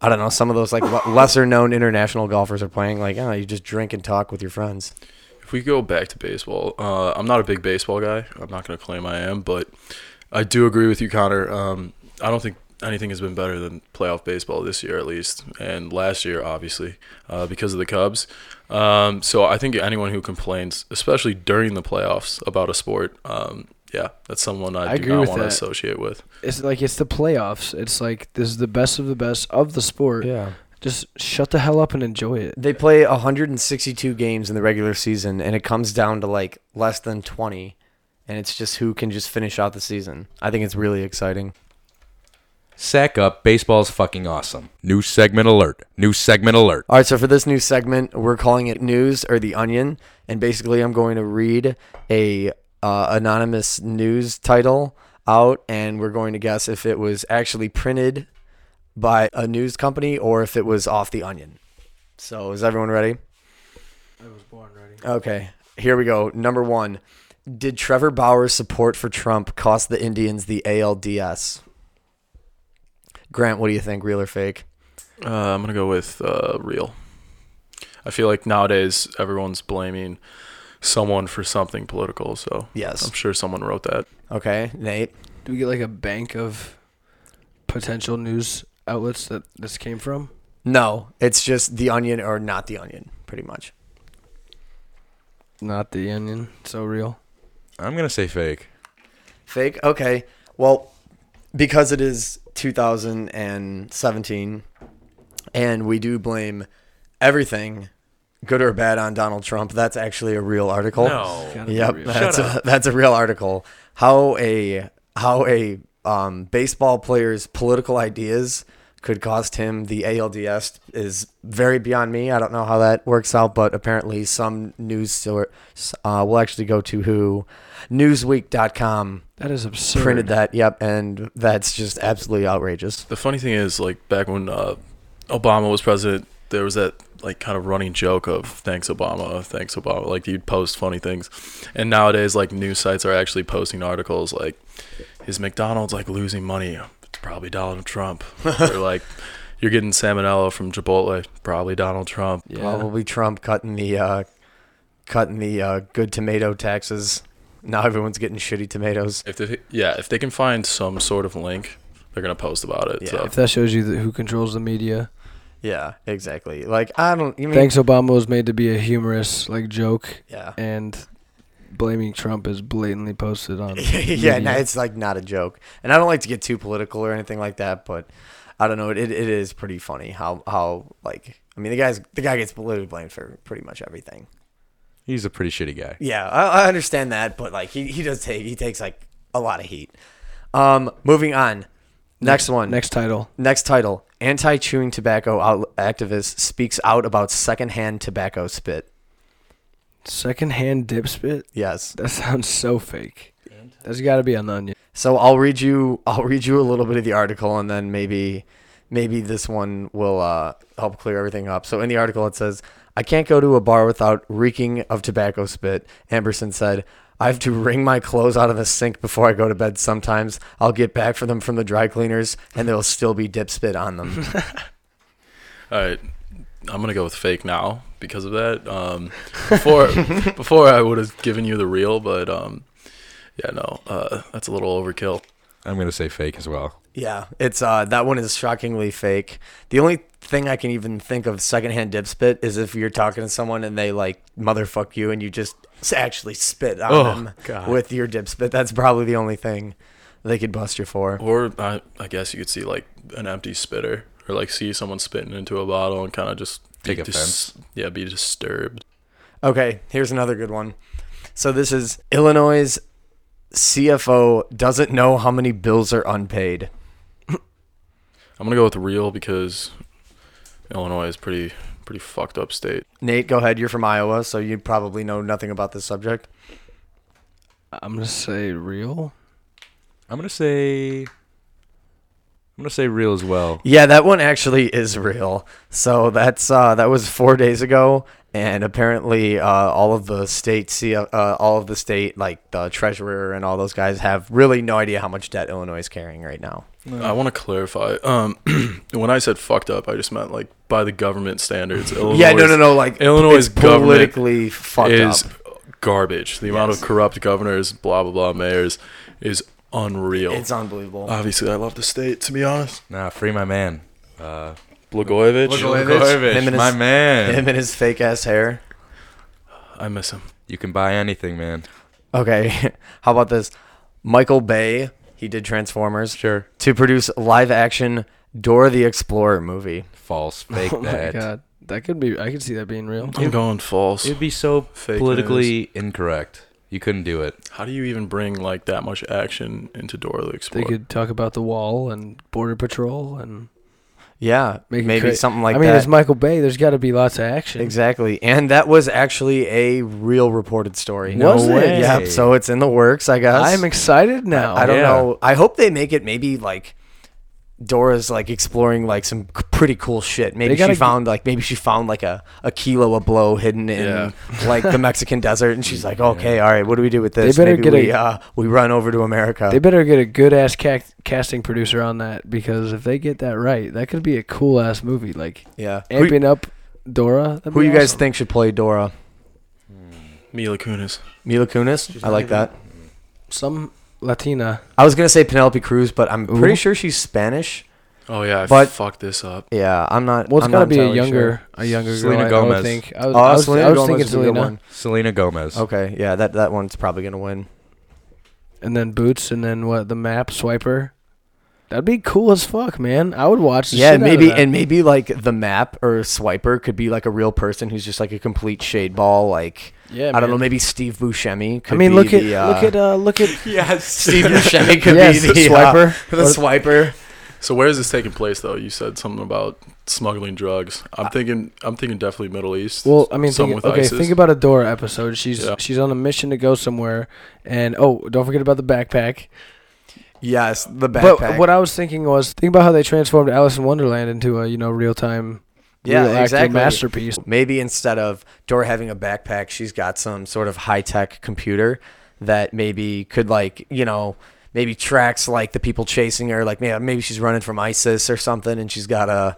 Speaker 3: I don't know, some of those like le- lesser known international golfers are playing. Like oh, you just drink and talk with your friends.
Speaker 2: If we go back to baseball, uh, I'm not a big baseball guy. I'm not going to claim I am, but I do agree with you, Connor. Um, I don't think anything has been better than playoff baseball this year, at least, and last year, obviously, uh, because of the Cubs. Um, so I think anyone who complains, especially during the playoffs, about a sport, um, yeah, that's someone I,
Speaker 1: I
Speaker 2: do
Speaker 1: agree
Speaker 2: not
Speaker 1: with
Speaker 2: want to
Speaker 1: that.
Speaker 2: associate with.
Speaker 1: It's like it's the playoffs. It's like this is the best of the best of the sport.
Speaker 3: Yeah.
Speaker 1: Just shut the hell up and enjoy it.
Speaker 3: They play 162 games in the regular season, and it comes down to like less than 20, and it's just who can just finish out the season. I think it's really exciting.
Speaker 4: Sack up, baseball's fucking awesome. New segment alert. New segment alert.
Speaker 3: All right, so for this new segment, we're calling it News or the Onion, and basically, I'm going to read a uh, anonymous news title out, and we're going to guess if it was actually printed by a news company or if it was off the Onion. So, is everyone ready? Okay, here we go. Number one: Did Trevor Bauer's support for Trump cost the Indians the ALDS? Grant, what do you think, real or fake?
Speaker 2: Uh, I'm gonna go with uh, real. I feel like nowadays everyone's blaming someone for something political. So
Speaker 3: Yes.
Speaker 2: I'm sure someone wrote that.
Speaker 3: Okay, Nate.
Speaker 1: Do we get like a bank of potential news outlets that this came from?
Speaker 3: No, it's just the onion or not the onion, pretty much.
Speaker 1: Not the onion. So real.
Speaker 4: I'm gonna say fake.
Speaker 3: Fake? Okay. Well, because it is 2017 and we do blame everything good or bad on Donald Trump, that's actually a real article.
Speaker 1: Gotta be
Speaker 3: Yep,
Speaker 1: real.
Speaker 3: that's a, that's a real article. How a how a um, baseball player's political ideas could cost him the ALDS is very beyond me. I don't know how that works out, but apparently some news source uh, will actually go to who newsweek.com
Speaker 1: That is absurd.
Speaker 3: printed that. Yep, and that's just absolutely outrageous.
Speaker 2: The funny thing is, like back when uh, Obama was president, there was that like kind of running joke of "Thanks Obama, thanks Obama." Like you'd post funny things, and nowadays like news sites are actually posting articles like, "Is McDonald's like losing money? It's probably Donald Trump." or like, "You're getting salmonella from Chipotle, probably Donald Trump."
Speaker 1: Yeah.
Speaker 3: Probably Trump cutting the uh, cutting the uh, good tomato taxes. Now everyone's getting shitty tomatoes.
Speaker 2: If they, yeah, if they can find some sort of link, they're gonna post about it.
Speaker 3: Yeah.
Speaker 2: So
Speaker 1: If that shows you that who controls the media,
Speaker 3: Yeah, exactly. Like I don't. You mean,
Speaker 1: thanks Obama was made to be a humorous like joke,
Speaker 3: Yeah.
Speaker 1: and blaming Trump is blatantly posted on.
Speaker 3: yeah,
Speaker 1: media.
Speaker 3: no, it's like not a joke, and I don't like to get too political or anything like that, but I don't know. It, it, it is pretty funny how how like I mean the guys the guy gets politically blamed for pretty much everything.
Speaker 4: He's a pretty shitty guy.
Speaker 3: Yeah, I, I understand that, but like he, he does take he takes like a lot of heat. Um, moving on. Next one.
Speaker 1: Next title.
Speaker 3: Next title: Anti-chewing tobacco out- activist speaks out about secondhand tobacco spit.
Speaker 1: Secondhand dip spit.
Speaker 3: Yes.
Speaker 1: That sounds so fake. That's got to be on the onion.
Speaker 3: So I'll read you I'll read you a little bit of the article and then maybe maybe this one will uh, help clear everything up. So in the article it says, "I can't go to a bar without reeking of tobacco spit." Amberson said, "I have to wring my clothes out of the sink before I go to bed. Sometimes I'll get back for them from the dry cleaners and there'll still be dip spit on them."
Speaker 2: All right, I'm gonna go with fake now because of that. Um, before before I would have given you the real, but um, yeah, no, uh, that's a little overkill.
Speaker 4: I'm gonna say fake as well.
Speaker 3: yeah, it's uh, that one is shockingly fake. The only thing I can even think of secondhand dip spit is if you're talking to someone and they like motherfuck you and you just s- actually spit on
Speaker 2: Oh,
Speaker 3: them
Speaker 2: God.
Speaker 3: with your dip spit. That's probably the only thing they could bust you for.
Speaker 2: Or I, I guess you could see like an empty spitter, or like see someone spitting into a bottle and kind of just be
Speaker 4: Take
Speaker 2: dis- yeah, be disturbed.
Speaker 3: Okay, here's another good one. So this is Illinois CFO doesn't know how many bills are unpaid.
Speaker 2: I'm gonna go with real because Illinois is pretty pretty fucked up state.
Speaker 3: Nate, go ahead. You're from Iowa, so you probably know nothing about this subject.
Speaker 1: I'm gonna say real.
Speaker 4: I'm gonna say. I'm gonna say real as well.
Speaker 3: Yeah, that one actually is real. So that's uh, that was four days ago, and apparently uh, all of the state, C- uh, all of the state, like the treasurer and all those guys, have really no idea how much debt Illinois is carrying right now.
Speaker 2: I want to clarify. Um, when I said fucked up, I just meant like by the government standards. Illinois
Speaker 3: yeah, no, no, no. Like
Speaker 2: Illinois
Speaker 3: it's
Speaker 2: government
Speaker 3: politically fucked
Speaker 2: is
Speaker 3: up.
Speaker 2: garbage. The amount of
Speaker 3: Yes.
Speaker 2: corrupt governors, blah blah blah, mayors is unreal.
Speaker 3: It's unbelievable.
Speaker 1: Uh,
Speaker 2: Obviously, I love the state. To be honest,
Speaker 4: Nah, free my man. Uh,
Speaker 2: Blagojevich.
Speaker 4: Blagojevich,
Speaker 3: Him and
Speaker 4: my
Speaker 3: his-
Speaker 4: man.
Speaker 3: Him and his fake ass hair.
Speaker 2: I miss him.
Speaker 4: You can buy anything, man.
Speaker 3: Okay, how about this? Michael Bay, he did Transformers
Speaker 4: Sure.
Speaker 3: to produce live action Dora the Explorer movie.
Speaker 4: False. Fake
Speaker 1: oh
Speaker 4: that.
Speaker 1: my god, that could be. I could see that being real.
Speaker 2: I'm going false.
Speaker 4: It'd be so
Speaker 2: Fake
Speaker 4: politically incorrect. You couldn't do it.
Speaker 2: How do you even bring like that much action into Dora the
Speaker 1: They
Speaker 2: Explorer?
Speaker 1: could talk about the wall and border patrol and
Speaker 3: Yeah,
Speaker 1: make it
Speaker 3: maybe
Speaker 1: cra-
Speaker 3: something like
Speaker 1: I mean,
Speaker 3: that.
Speaker 1: it's Michael Bay. There's got to be lots of action.
Speaker 3: Exactly. And that was actually a real reported story.
Speaker 1: No Was it? way.
Speaker 3: Yep. So it's in the works, I guess.
Speaker 1: I'm Oh, excited now.
Speaker 3: I don't
Speaker 4: Yeah.
Speaker 3: know. I hope they make it maybe like Dora's like exploring like some c- pretty cool shit. Maybe
Speaker 1: gotta
Speaker 3: she found like maybe she found like a, a kilo of blow hidden in
Speaker 2: Yeah.
Speaker 3: like the Mexican desert and she's like, "Okay, all right, what do we do with this?
Speaker 1: better
Speaker 3: maybe
Speaker 1: get a-
Speaker 3: we uh, we run over to America."
Speaker 1: They better get a good ass ca- casting producer on that because if they get that right, that could be a cool ass movie. Like
Speaker 3: yeah. Who,
Speaker 1: amping up Dora. that'd
Speaker 3: who
Speaker 1: be
Speaker 3: you guys
Speaker 1: awesome.
Speaker 3: think should play Dora?
Speaker 2: Mila Kunis.
Speaker 3: Mila Kunis? I like that.
Speaker 1: Some Latina.
Speaker 3: I was gonna say Penelope Cruz, but I'm
Speaker 1: Ooh.
Speaker 3: pretty sure she's Spanish.
Speaker 2: Oh yeah, I
Speaker 3: But-
Speaker 2: fucked this up.
Speaker 3: Yeah, I'm not.
Speaker 1: Well, it's
Speaker 3: I'm
Speaker 1: got to
Speaker 3: not
Speaker 1: be a
Speaker 3: entirely
Speaker 1: younger, a younger
Speaker 4: Selena
Speaker 1: girl. I- I
Speaker 4: Gomez.
Speaker 1: would think. I
Speaker 3: Sure.
Speaker 1: was,
Speaker 3: Oh,
Speaker 1: I was,
Speaker 3: Selena
Speaker 1: I was
Speaker 3: Gomez
Speaker 1: thinking
Speaker 3: is a good
Speaker 1: Selena,
Speaker 3: one.
Speaker 4: Selena Gomez.
Speaker 3: Okay, yeah, that that one's probably gonna win.
Speaker 1: and then Boots, and then what? The Map Swiper. That'd be cool as fuck, man. I would watch. The
Speaker 3: yeah,
Speaker 1: shit out of
Speaker 3: maybe
Speaker 1: that.
Speaker 3: and maybe like the map or swiper could be like a real person who's just like a complete shade ball. Like
Speaker 1: yeah,
Speaker 3: I don't know,
Speaker 1: man.
Speaker 3: maybe Steve Buscemi. Could
Speaker 1: I mean,
Speaker 3: be
Speaker 1: look at
Speaker 3: the, uh,
Speaker 1: look at uh, look at
Speaker 4: Yes.
Speaker 3: Steve Buscemi could
Speaker 1: yes,
Speaker 3: be the uh, swiper.
Speaker 1: Swiper.
Speaker 3: the swiper.
Speaker 2: So where is this taking place though? You said something about smuggling drugs. I'm thinking. I'm thinking definitely Middle East.
Speaker 1: Well, I mean,
Speaker 2: Some
Speaker 1: think,
Speaker 2: with
Speaker 1: okay.
Speaker 2: ISIS.
Speaker 1: Think about a Dora episode. She's
Speaker 2: Yeah.
Speaker 1: she's on a mission to go somewhere, and oh, don't forget about the backpack.
Speaker 3: Yes, the backpack.
Speaker 1: But what I was thinking was, think about how they transformed Alice in Wonderland into a you know real time,
Speaker 3: Yeah,
Speaker 1: real acting
Speaker 3: exactly.
Speaker 1: masterpiece.
Speaker 3: Maybe instead of Dora having a backpack, she's got some sort of high tech computer that maybe could like you know maybe tracks like the people chasing her. Like maybe maybe she's running from ISIS or something, and she's got a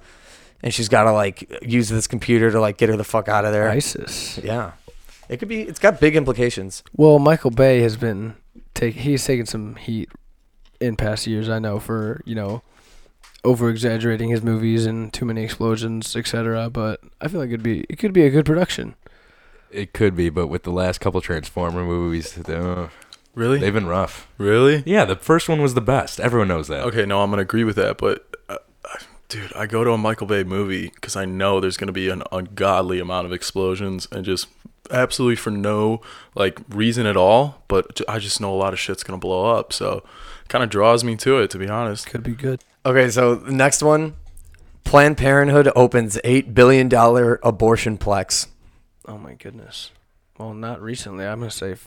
Speaker 3: and she's got to like use this computer to like get her the fuck out of there.
Speaker 1: ISIS.
Speaker 3: Yeah, it could be. It's got big implications.
Speaker 1: Well, Michael Bay has been take he's taken some heat in past years. I know for you know over exaggerating his movies and too many explosions, etc. But I feel like it'd be it could be a good production.
Speaker 4: It could be, but with the last couple Transformer movies, they- uh,
Speaker 2: really,
Speaker 4: they've been rough.
Speaker 2: really.
Speaker 4: Yeah, the first one was the best. Everyone knows that.
Speaker 2: Okay, no, I'm gonna agree with that, but. Uh, I- Dude, I go to a Michael Bay movie because I know there's going to be an ungodly amount of explosions and just absolutely for no like reason at all. But ju- I just know a lot of shit's going to blow up, so kind of draws me to it, to be honest.
Speaker 1: Could be good.
Speaker 3: Okay, so the next one, Planned Parenthood opens eight billion dollar abortion plex.
Speaker 1: Oh my goodness. Well, not recently. I'm gonna say f-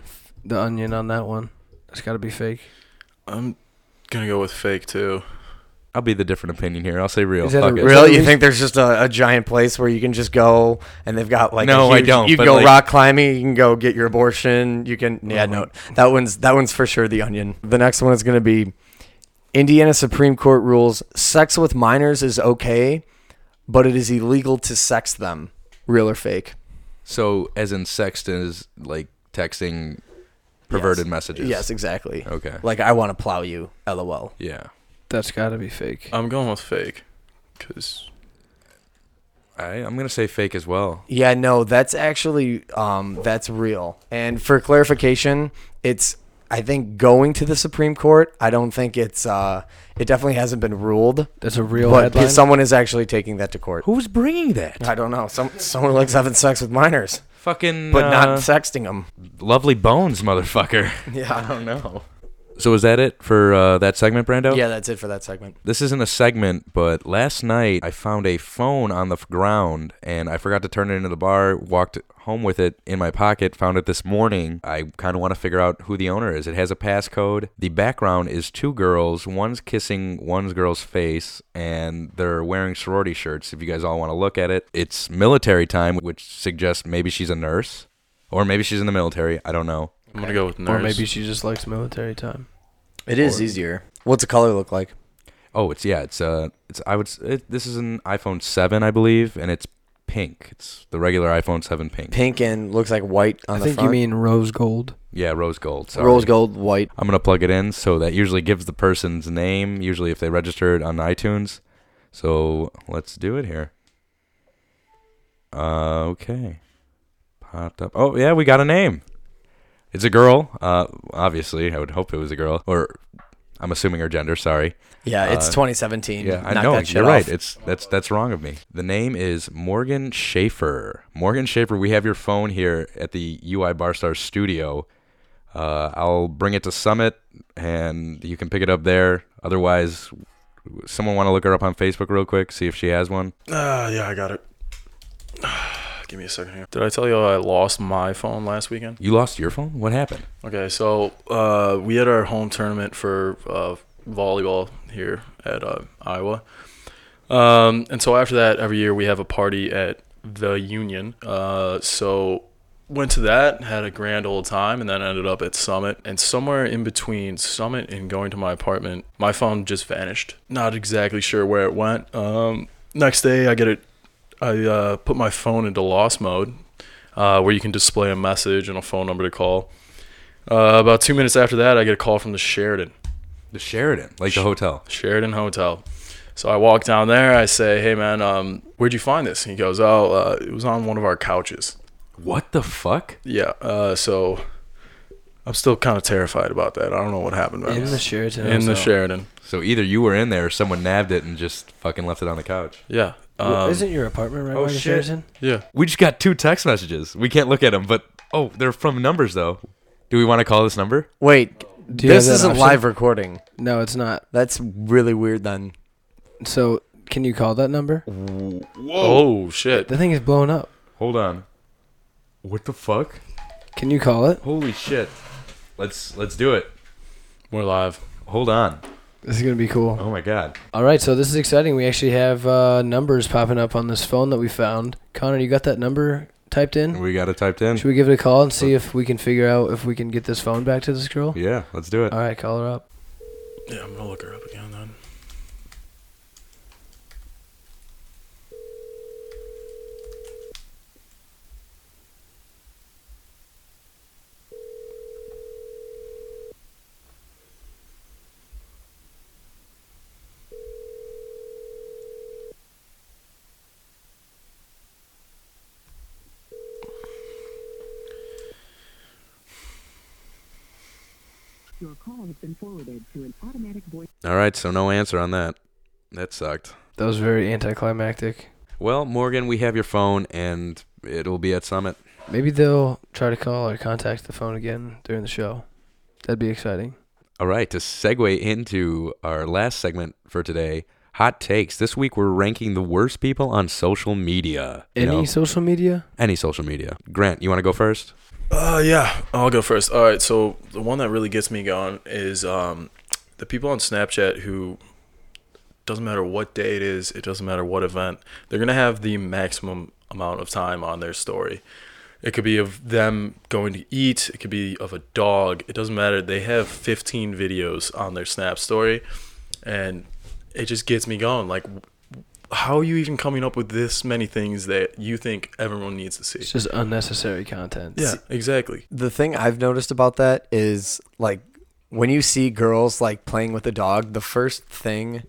Speaker 1: f- the onion on that one. It's got to be fake.
Speaker 2: I'm gonna go with fake too.
Speaker 4: I'll be the different opinion here. I'll say real.
Speaker 1: Is that
Speaker 4: Fuck
Speaker 1: a
Speaker 4: it.
Speaker 1: real-
Speaker 3: Really?
Speaker 1: that
Speaker 3: You
Speaker 1: the
Speaker 3: think there's just a, a giant place where you can just go and they've got like a
Speaker 4: No, I
Speaker 3: huge-
Speaker 4: don't,
Speaker 3: You can
Speaker 4: but,
Speaker 3: go
Speaker 4: like-
Speaker 3: rock climbing. You can go get your abortion. You can yeah no that one's that one's for sure the onion. The next one is gonna be Indiana Supreme Court rules sex with minors is okay, but it is illegal to sex them. Real or fake?
Speaker 4: So, as in sext is like texting perverted messages.
Speaker 3: Yes, exactly.
Speaker 4: Okay.
Speaker 3: Like I want to plow you. LOL.
Speaker 4: Yeah.
Speaker 1: That's got to be fake.
Speaker 2: I'm going with fake because
Speaker 4: I, I'm gonna say fake as well.
Speaker 3: Yeah, no, that's actually um, that's real. And for clarification, it's I think going to the Supreme Court. I don't think it's uh, it definitely hasn't been ruled,
Speaker 1: That's a real
Speaker 3: but
Speaker 1: headline.
Speaker 3: someone is actually taking that to court.
Speaker 4: Who's bringing that?
Speaker 3: I don't know. Some someone likes having sex with minors,
Speaker 4: Fucking.
Speaker 3: but not
Speaker 4: uh,
Speaker 3: sexting them.
Speaker 4: lovely bones, motherfucker.
Speaker 3: Yeah, I don't know.
Speaker 4: So is that it for uh, that segment, Brando?
Speaker 3: Yeah, that's it for that segment.
Speaker 4: This isn't a segment, but last night I found a phone on the f- ground and I forgot to turn it into the bar. Walked home with it in my pocket. Found it this morning. I kind of want to figure out who the owner is. It has a passcode. The background is two girls. One's kissing one's girl's face, and they're wearing sorority shirts. If you guys all want to look at it, it's military time, which suggests maybe she's a nurse, or maybe she's in the military. I don't know.
Speaker 2: I'm gonna go with nurse.
Speaker 1: or maybe she just likes military time.
Speaker 3: It is easier. What's the color look like?
Speaker 4: Oh, it's yeah, it's uh, it's I would s- it, this is an iPhone seven, I believe, and it's pink. It's the regular iPhone seven pink.
Speaker 3: Pink and looks like white on
Speaker 1: I
Speaker 3: the
Speaker 1: think
Speaker 3: front.
Speaker 1: you mean rose gold.
Speaker 4: Yeah, rose gold. Sorry.
Speaker 3: rose gold, white.
Speaker 4: I'm gonna plug it in, so that usually gives the person's name. Usually, if they registered on iTunes, so let's do it here. Uh, okay, popped up. Oh yeah, we got a name. It's a girl. Uh, obviously, I would hope it was a girl, or I'm assuming her gender. Sorry.
Speaker 3: Yeah, it's
Speaker 4: Uh,
Speaker 3: 2017.
Speaker 4: Yeah, I
Speaker 3: Knock
Speaker 4: know.
Speaker 3: that shit
Speaker 4: You're right.
Speaker 3: off.
Speaker 4: It's that's that's wrong of me. The name is Morgan Schaefer. Morgan Schaefer. We have your phone here at the UI Barstar studio. Uh, I'll bring it to Summit, and you can pick it up there. Otherwise, someone want to look her up on Facebook real quick, see if she has one.
Speaker 2: Ah, yeah, I got it. Give me a second here. Did I tell you I lost my phone last weekend?
Speaker 4: You lost your phone. What happened?
Speaker 2: Okay, so uh, we had our home tournament for uh, volleyball here at uh, Iowa. Um, and so after that, every year we have a party at the Union. Uh, so went to that, had a grand old time, and then ended up at Summit. And somewhere in between Summit and going to my apartment, my phone just vanished. Not exactly sure where it went. Um, next day, I get it. I uh, put my phone into lost mode, uh, where you can display a message and a phone number to call. Uh, about two minutes after that, I get a call from the Sheridan.
Speaker 4: The Sheridan, like the hotel.
Speaker 2: Sheridan Hotel. So I walk down there. I say, "Hey man, um, where'd you find this?" And he goes, "Oh, uh, it was on one of our couches."
Speaker 4: What the fuck?
Speaker 2: Yeah. Uh, so I'm still kind of terrified about that. I don't know what happened. Man.
Speaker 1: In the Sheraton.
Speaker 2: in the
Speaker 1: Hotel.
Speaker 2: Sheridan.
Speaker 4: So either you were in there or someone nabbed it and just fucking left it on the couch.
Speaker 2: Yeah.
Speaker 1: Well,
Speaker 2: Um,
Speaker 1: Isn't your apartment right
Speaker 4: oh,
Speaker 1: by the
Speaker 4: shit.
Speaker 1: Sheraton?
Speaker 2: yeah.
Speaker 4: We just got two text messages. We can't look at them, but oh, they're from numbers though. Do we want to call this number?
Speaker 3: Wait,
Speaker 1: you have
Speaker 3: this
Speaker 1: that
Speaker 3: isn't
Speaker 1: option?
Speaker 3: live recording.
Speaker 1: No, it's not.
Speaker 3: That's really weird. Then
Speaker 1: So can you call that number?
Speaker 2: Oh shit.
Speaker 1: The thing is blown up.
Speaker 4: Hold on. What the fuck?
Speaker 1: Can you call it?
Speaker 4: Holy shit. Let's let's do it.
Speaker 2: We're live.
Speaker 4: Hold on.
Speaker 1: This is gonna be cool.
Speaker 4: Oh my god.
Speaker 1: All right, so this is exciting. We actually have uh, numbers popping up on this phone that we found. Connor, you got that number typed in?
Speaker 4: We got it typed in.
Speaker 1: Should we give it a call and see if we can figure out if we can get this phone back to this girl?
Speaker 4: Yeah, let's do it.
Speaker 1: All right, call her up.
Speaker 2: Yeah, I'm gonna look her up again then.
Speaker 7: Your call has been forwarded to an automatic voice.
Speaker 4: All right, so no answer on that. That sucked.
Speaker 1: That was very anticlimactic.
Speaker 4: Well, Morgan, we have your phone and it'll be at Summit.
Speaker 1: Maybe they'll try to call or contact the phone again during the show. That'd be exciting.
Speaker 4: All right, to segue into our last segment for today, hot takes. This week we're ranking the worst people on social media. You
Speaker 1: Any
Speaker 4: know,
Speaker 1: social media?
Speaker 4: any social media. Grant, you want to go first?
Speaker 2: Uh, yeah, I'll go first. All right, so the one that really gets me going is um, the people on Snapchat who doesn't matter what day it is, it doesn't matter what event, they're gonna have the maximum amount of time on their story. It could be of them going to eat, it could be of a dog. It doesn't matter. They have 15 videos on their Snap story, and it just gets me going. Like, w- how are you even coming up with this many things that you think everyone needs to see?
Speaker 1: It's just unnecessary content.
Speaker 2: Yeah, exactly.
Speaker 3: the thing I've noticed about that is like when you see girls like playing with a dog, the first thing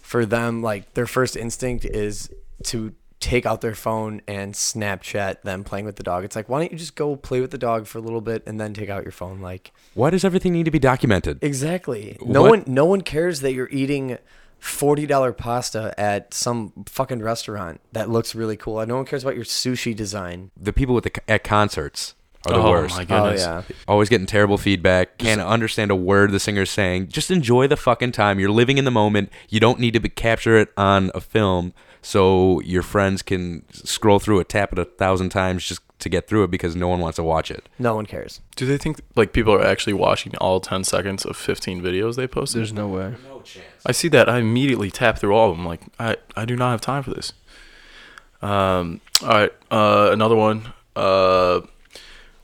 Speaker 3: for them, like their first instinct is to take out their phone and Snapchat them playing with the dog. It's like, why don't you just go play with the dog for a little bit and then take out your phone? Like
Speaker 4: Why does everything need to be documented?
Speaker 3: Exactly. No
Speaker 4: What-
Speaker 3: one no one cares that you're eating forty dollar pasta at some fucking restaurant that looks really cool. No one cares about your sushi design.
Speaker 4: The people with the, c- at concerts are the worst.
Speaker 2: my goodness.
Speaker 3: Oh yeah.
Speaker 4: Always getting terrible feedback. Can't understand a word the singer's saying. Just enjoy the fucking time. You're living in the moment. You don't need to be, capture it on a film so your friends can scroll through it, tap it a thousand times just to get through it because no one wants to watch it.
Speaker 3: No one cares.
Speaker 2: Do they think like people are actually watching all 10 seconds of 15 videos they posted?
Speaker 1: There's no way.
Speaker 2: I see that. I immediately tap through all of them. Like, I, I do not have time for this. Um, all right. Uh, another one uh,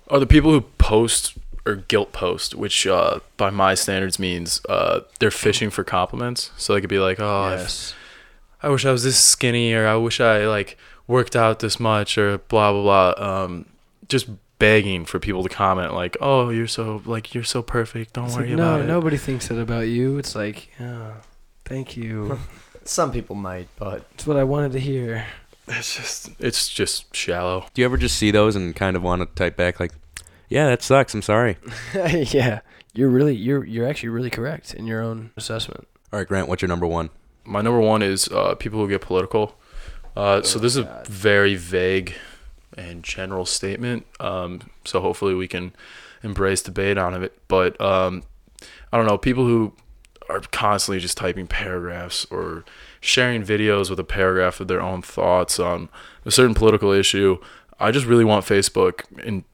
Speaker 2: are the people who post or guilt post, which uh, by my standards means uh, they're fishing for compliments. So they could be like, oh, I've-
Speaker 1: Yes.
Speaker 2: I wish I was this skinny or I wish I like worked out this much or blah blah blah. Um, just begging for people to comment like, "Oh, you're so like you're so perfect. Don't
Speaker 1: It's
Speaker 2: worry
Speaker 1: like,
Speaker 2: about
Speaker 1: no,
Speaker 2: it."
Speaker 1: nobody thinks that about you. It's like, oh, thank you.
Speaker 3: Some people might, but
Speaker 1: It's what I wanted to hear.
Speaker 2: It's just it's just shallow.
Speaker 4: Do you ever just see those and kind of want to type back like, "Yeah, that sucks. I'm sorry."
Speaker 1: yeah, you're really you're you're actually really correct in your own assessment.
Speaker 4: All right, Grant, what's your number one?
Speaker 2: My number one is uh, people who get political. Uh, so this is a very vague and general statement. Um, so hopefully we can embrace debate on it. But um, I don't know people who are constantly just typing paragraphs or sharing videos with a paragraph of their own thoughts on a certain political issue. I just really want Facebook, and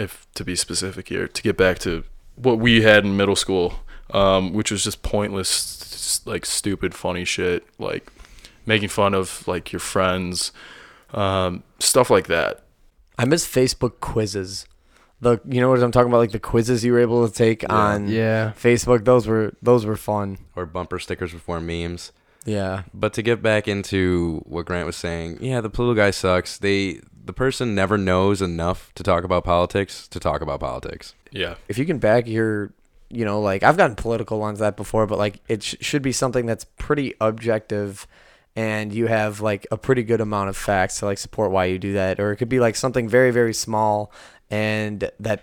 Speaker 2: if to be specific here, to get back to what we had in middle school, um, which was just pointless, s- like stupid, funny shit, like making fun of like your friends, um, stuff like that.
Speaker 3: I miss Facebook quizzes. The you know what I'm talking about, like the quizzes you were able to take on
Speaker 1: Yeah,
Speaker 3: Facebook. Those were those were fun.
Speaker 4: Or bumper stickers before memes.
Speaker 3: Yeah,
Speaker 4: But to get back into what Grant was saying, yeah, the political guy sucks. They
Speaker 8: the person never knows enough to talk about politics to talk about politics.
Speaker 2: Yeah.
Speaker 3: if you can back your you know like i've gotten political ones that before but like it sh- should be something that's pretty objective and you have like a pretty good amount of facts to like support why you do that or it could be like something very very small and that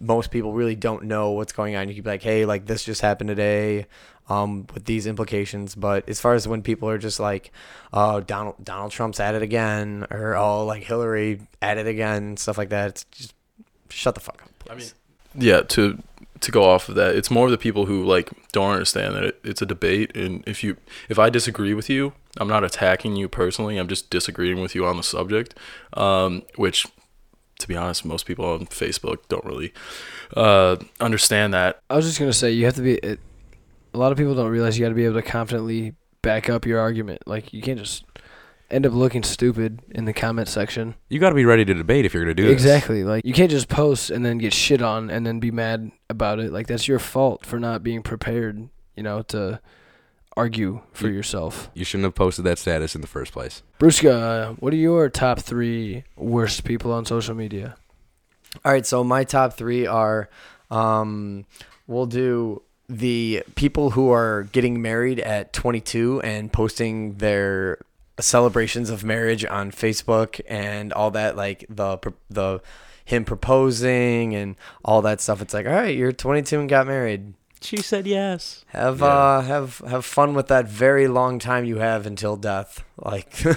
Speaker 3: most people really don't know what's going on you could be like hey like this just happened today um, with these implications but as far as when people are just like oh donald donald trump's at it again or oh like hillary at it again stuff like that it's just shut the fuck up
Speaker 2: I mean, yeah. To to go off of that, it's more of the people who like don't understand that it, it's a debate, and if you if I disagree with you, I'm not attacking you personally. I'm just disagreeing with you on the subject, um, which. To be honest, most people on Facebook don't really uh, understand that.
Speaker 1: I was just gonna say you have to be. It, a lot of people don't realize you got to be able to confidently back up your argument. Like you can't just end up looking stupid in the comment section.
Speaker 8: You got to be ready to debate if you're going to do this.
Speaker 1: Exactly. Like you can't just post and then get shit on and then be mad about it. Like that's your fault for not being prepared. You know to argue for yourself.
Speaker 8: You shouldn't have posted that status in the first place.
Speaker 1: Bruska, what are your top three worst people on social media?
Speaker 3: All right, so my top three are um, we'll do the people who are getting married at 22 and posting their celebrations of marriage on Facebook and all that, like the the him proposing and all that stuff. It's like, all right, you're 22 and got married.
Speaker 6: She said yes.
Speaker 3: Have uh, have have fun with that very long time you have until death. Like,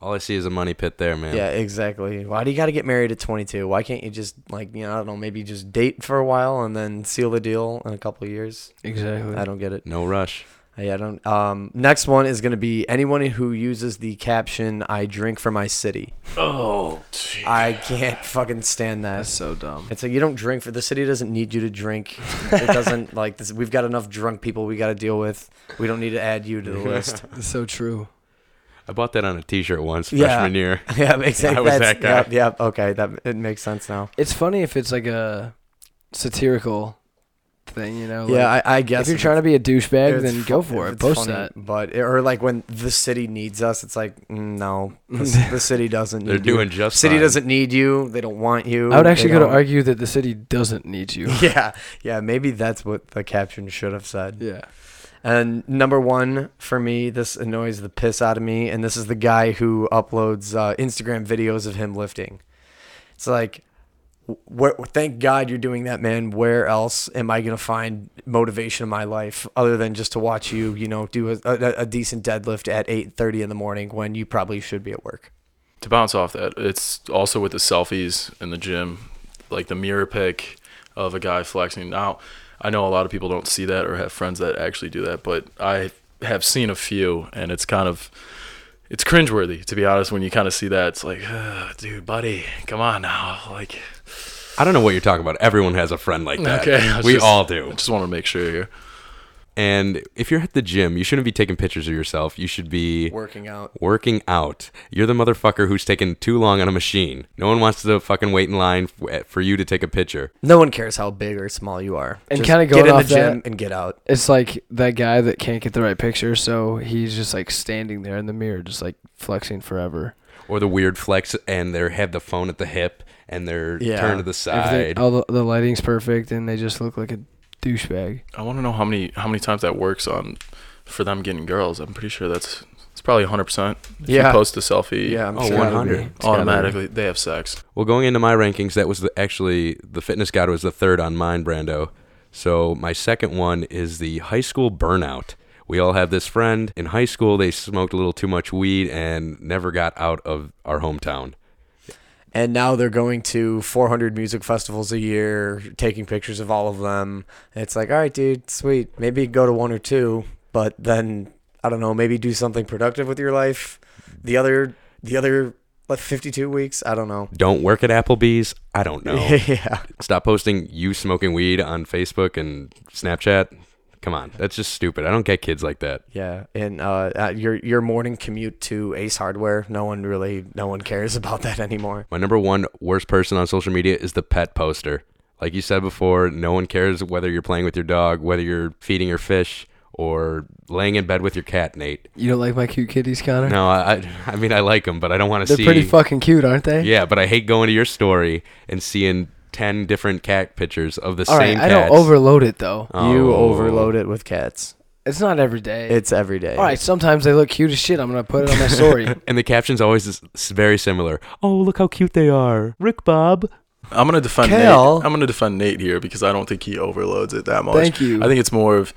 Speaker 8: All I see is a money pit there, man.
Speaker 3: Yeah, exactly. Why do you got to get married at 22? Why can't you just like, you know, I don't know, maybe just date for a while and then seal the deal in a couple of years?
Speaker 1: Exactly.
Speaker 3: I don't get it.
Speaker 8: No rush.
Speaker 3: I I don't. Um, next one is going to be anyone who uses the caption "I drink for my city."
Speaker 2: Oh, gee.
Speaker 3: I can't fucking stand that.
Speaker 1: That's so dumb.
Speaker 3: It's like you don't drink for the city doesn't need you to drink. It doesn't like this. We've got enough drunk people we got to deal with. We don't need to add you to the list.
Speaker 1: It's so true.
Speaker 8: I bought that on a T-shirt once
Speaker 3: Yeah.
Speaker 8: freshman year.
Speaker 3: yeah, exactly.
Speaker 8: I was
Speaker 3: That's-
Speaker 8: that guy.
Speaker 3: Yep, yep. Okay, that it makes sense now.
Speaker 1: It's funny if it's like a satirical thing, you know. Like,
Speaker 3: yeah, I, I guess
Speaker 1: if you're
Speaker 3: it's-
Speaker 1: trying to be a douchebag,
Speaker 3: It's
Speaker 1: then
Speaker 3: fu-
Speaker 1: go for it.
Speaker 3: it's
Speaker 1: Post
Speaker 3: funny,
Speaker 1: that.
Speaker 3: But or like when the city needs us, it's like mm, no, the, c- the city doesn't. Need
Speaker 8: They're doing
Speaker 3: You.
Speaker 8: just
Speaker 3: City
Speaker 8: fine.
Speaker 3: doesn't need you. They don't want you.
Speaker 1: I would actually
Speaker 3: they
Speaker 1: go to
Speaker 3: don't-
Speaker 1: argue that the city doesn't need you.
Speaker 3: Yeah, yeah. Maybe that's what the caption should have said.
Speaker 1: yeah.
Speaker 3: And number one for me, this annoys the piss out of me, and this is the guy who uploads uh, Instagram videos of him lifting. It's like, wh- where, thank God you're doing that, man. Where else am I gonna find motivation in my life other than just to watch you, you know, do a, a, a decent deadlift at 8:30 in the morning when you probably should be at work?
Speaker 2: to bounce off that, it's also with the selfies in the gym, like the mirror pic of a guy flexing. Now, I know a lot of people don't see that or have friends that actually do that, but I have seen a few, and it's kind of it's cringeworthy to be honest. When you kind of see that, it's like, "Ugh, dude, buddy, come on now, like.
Speaker 8: I don't know what you're talking about. Everyone has a friend like that.
Speaker 2: Okay, I was
Speaker 8: we
Speaker 2: just-
Speaker 8: all
Speaker 2: I
Speaker 8: do.
Speaker 2: just want to make sure here.
Speaker 8: And if you're at the gym, you shouldn't be taking pictures of yourself. You should be
Speaker 3: Working out.
Speaker 8: working out. You're the motherfucker who's taking too long on a machine. No one wants to fucking wait in line f- eh, for you to take a picture.
Speaker 3: No one cares how big or small you are.
Speaker 1: And
Speaker 3: Just
Speaker 1: kinda
Speaker 3: get
Speaker 1: going
Speaker 3: in
Speaker 1: off
Speaker 3: the gym
Speaker 1: that-
Speaker 3: and get out.
Speaker 1: It's like that guy that can't get the right picture, so he's just like standing there in the mirror, just like flexing forever.
Speaker 8: Or the weird flex, and they have the phone at the hip, and they're
Speaker 3: Yeah.
Speaker 8: turned to the
Speaker 1: Everything,
Speaker 8: side.
Speaker 1: all the, the lighting's perfect, and they just look like a douchebag.
Speaker 2: I want to know how many how many times that works on for them getting girls. I'm pretty sure that's it's probably 100. percent If
Speaker 3: Yeah.
Speaker 2: you post a selfie,
Speaker 3: Yeah, I'm
Speaker 8: Oh,
Speaker 3: sure.
Speaker 8: 100.
Speaker 2: automatically they have sex.
Speaker 8: Well, going into my rankings, that was the, actually the fitness guide was the third on mine, Brando. So my second one is the high school burnout. We all have this friend in high school. They smoked a little too much weed and never got out of our hometown.
Speaker 3: and now they're going to 400 music festivals a year, taking pictures of all of them. And it's like, all right, dude, sweet. Maybe go to one or two, but then I don't know. Maybe do something productive with your life. The other, the other, like 52 weeks. I don't know.
Speaker 8: Don't work at Applebee's. I don't know.
Speaker 3: yeah,
Speaker 8: Stop posting you smoking weed on Facebook and Snapchat. Come on, that's just stupid. I don't get kids like that.
Speaker 3: yeah. And uh, uh, your your morning commute to Ace Hardware. No one really, no one cares about that anymore.
Speaker 8: My number one worst person on social media is the pet poster. Like you said before, no one cares whether you're playing with your dog, whether you're feeding your fish, or laying in bed with your cat, Nate.
Speaker 1: You don't like my cute kitties, Connor?
Speaker 8: No, I, I- I mean I like them, but I don't want to
Speaker 1: They're
Speaker 8: see.
Speaker 1: pretty fucking cute, aren't they?
Speaker 8: yeah, but I hate going to your story and seeing ten different cat pictures of the
Speaker 1: All right,
Speaker 8: same
Speaker 1: I
Speaker 8: cats.
Speaker 1: don't overload it though.
Speaker 3: You
Speaker 8: Oh.
Speaker 3: overload it with cats.
Speaker 1: It's not every day.
Speaker 3: It's every day.
Speaker 1: All right, sometimes they look cute as shit. I'm gonna put it on my story.
Speaker 8: And the caption's always is- s- very similar. Oh, look how cute they are, Rick Bob.
Speaker 2: I'm gonna defend
Speaker 3: Kel.
Speaker 2: Nate. I'm gonna defend Nate here because I don't think he overloads it that much.
Speaker 1: Thank you.
Speaker 2: I think it's more of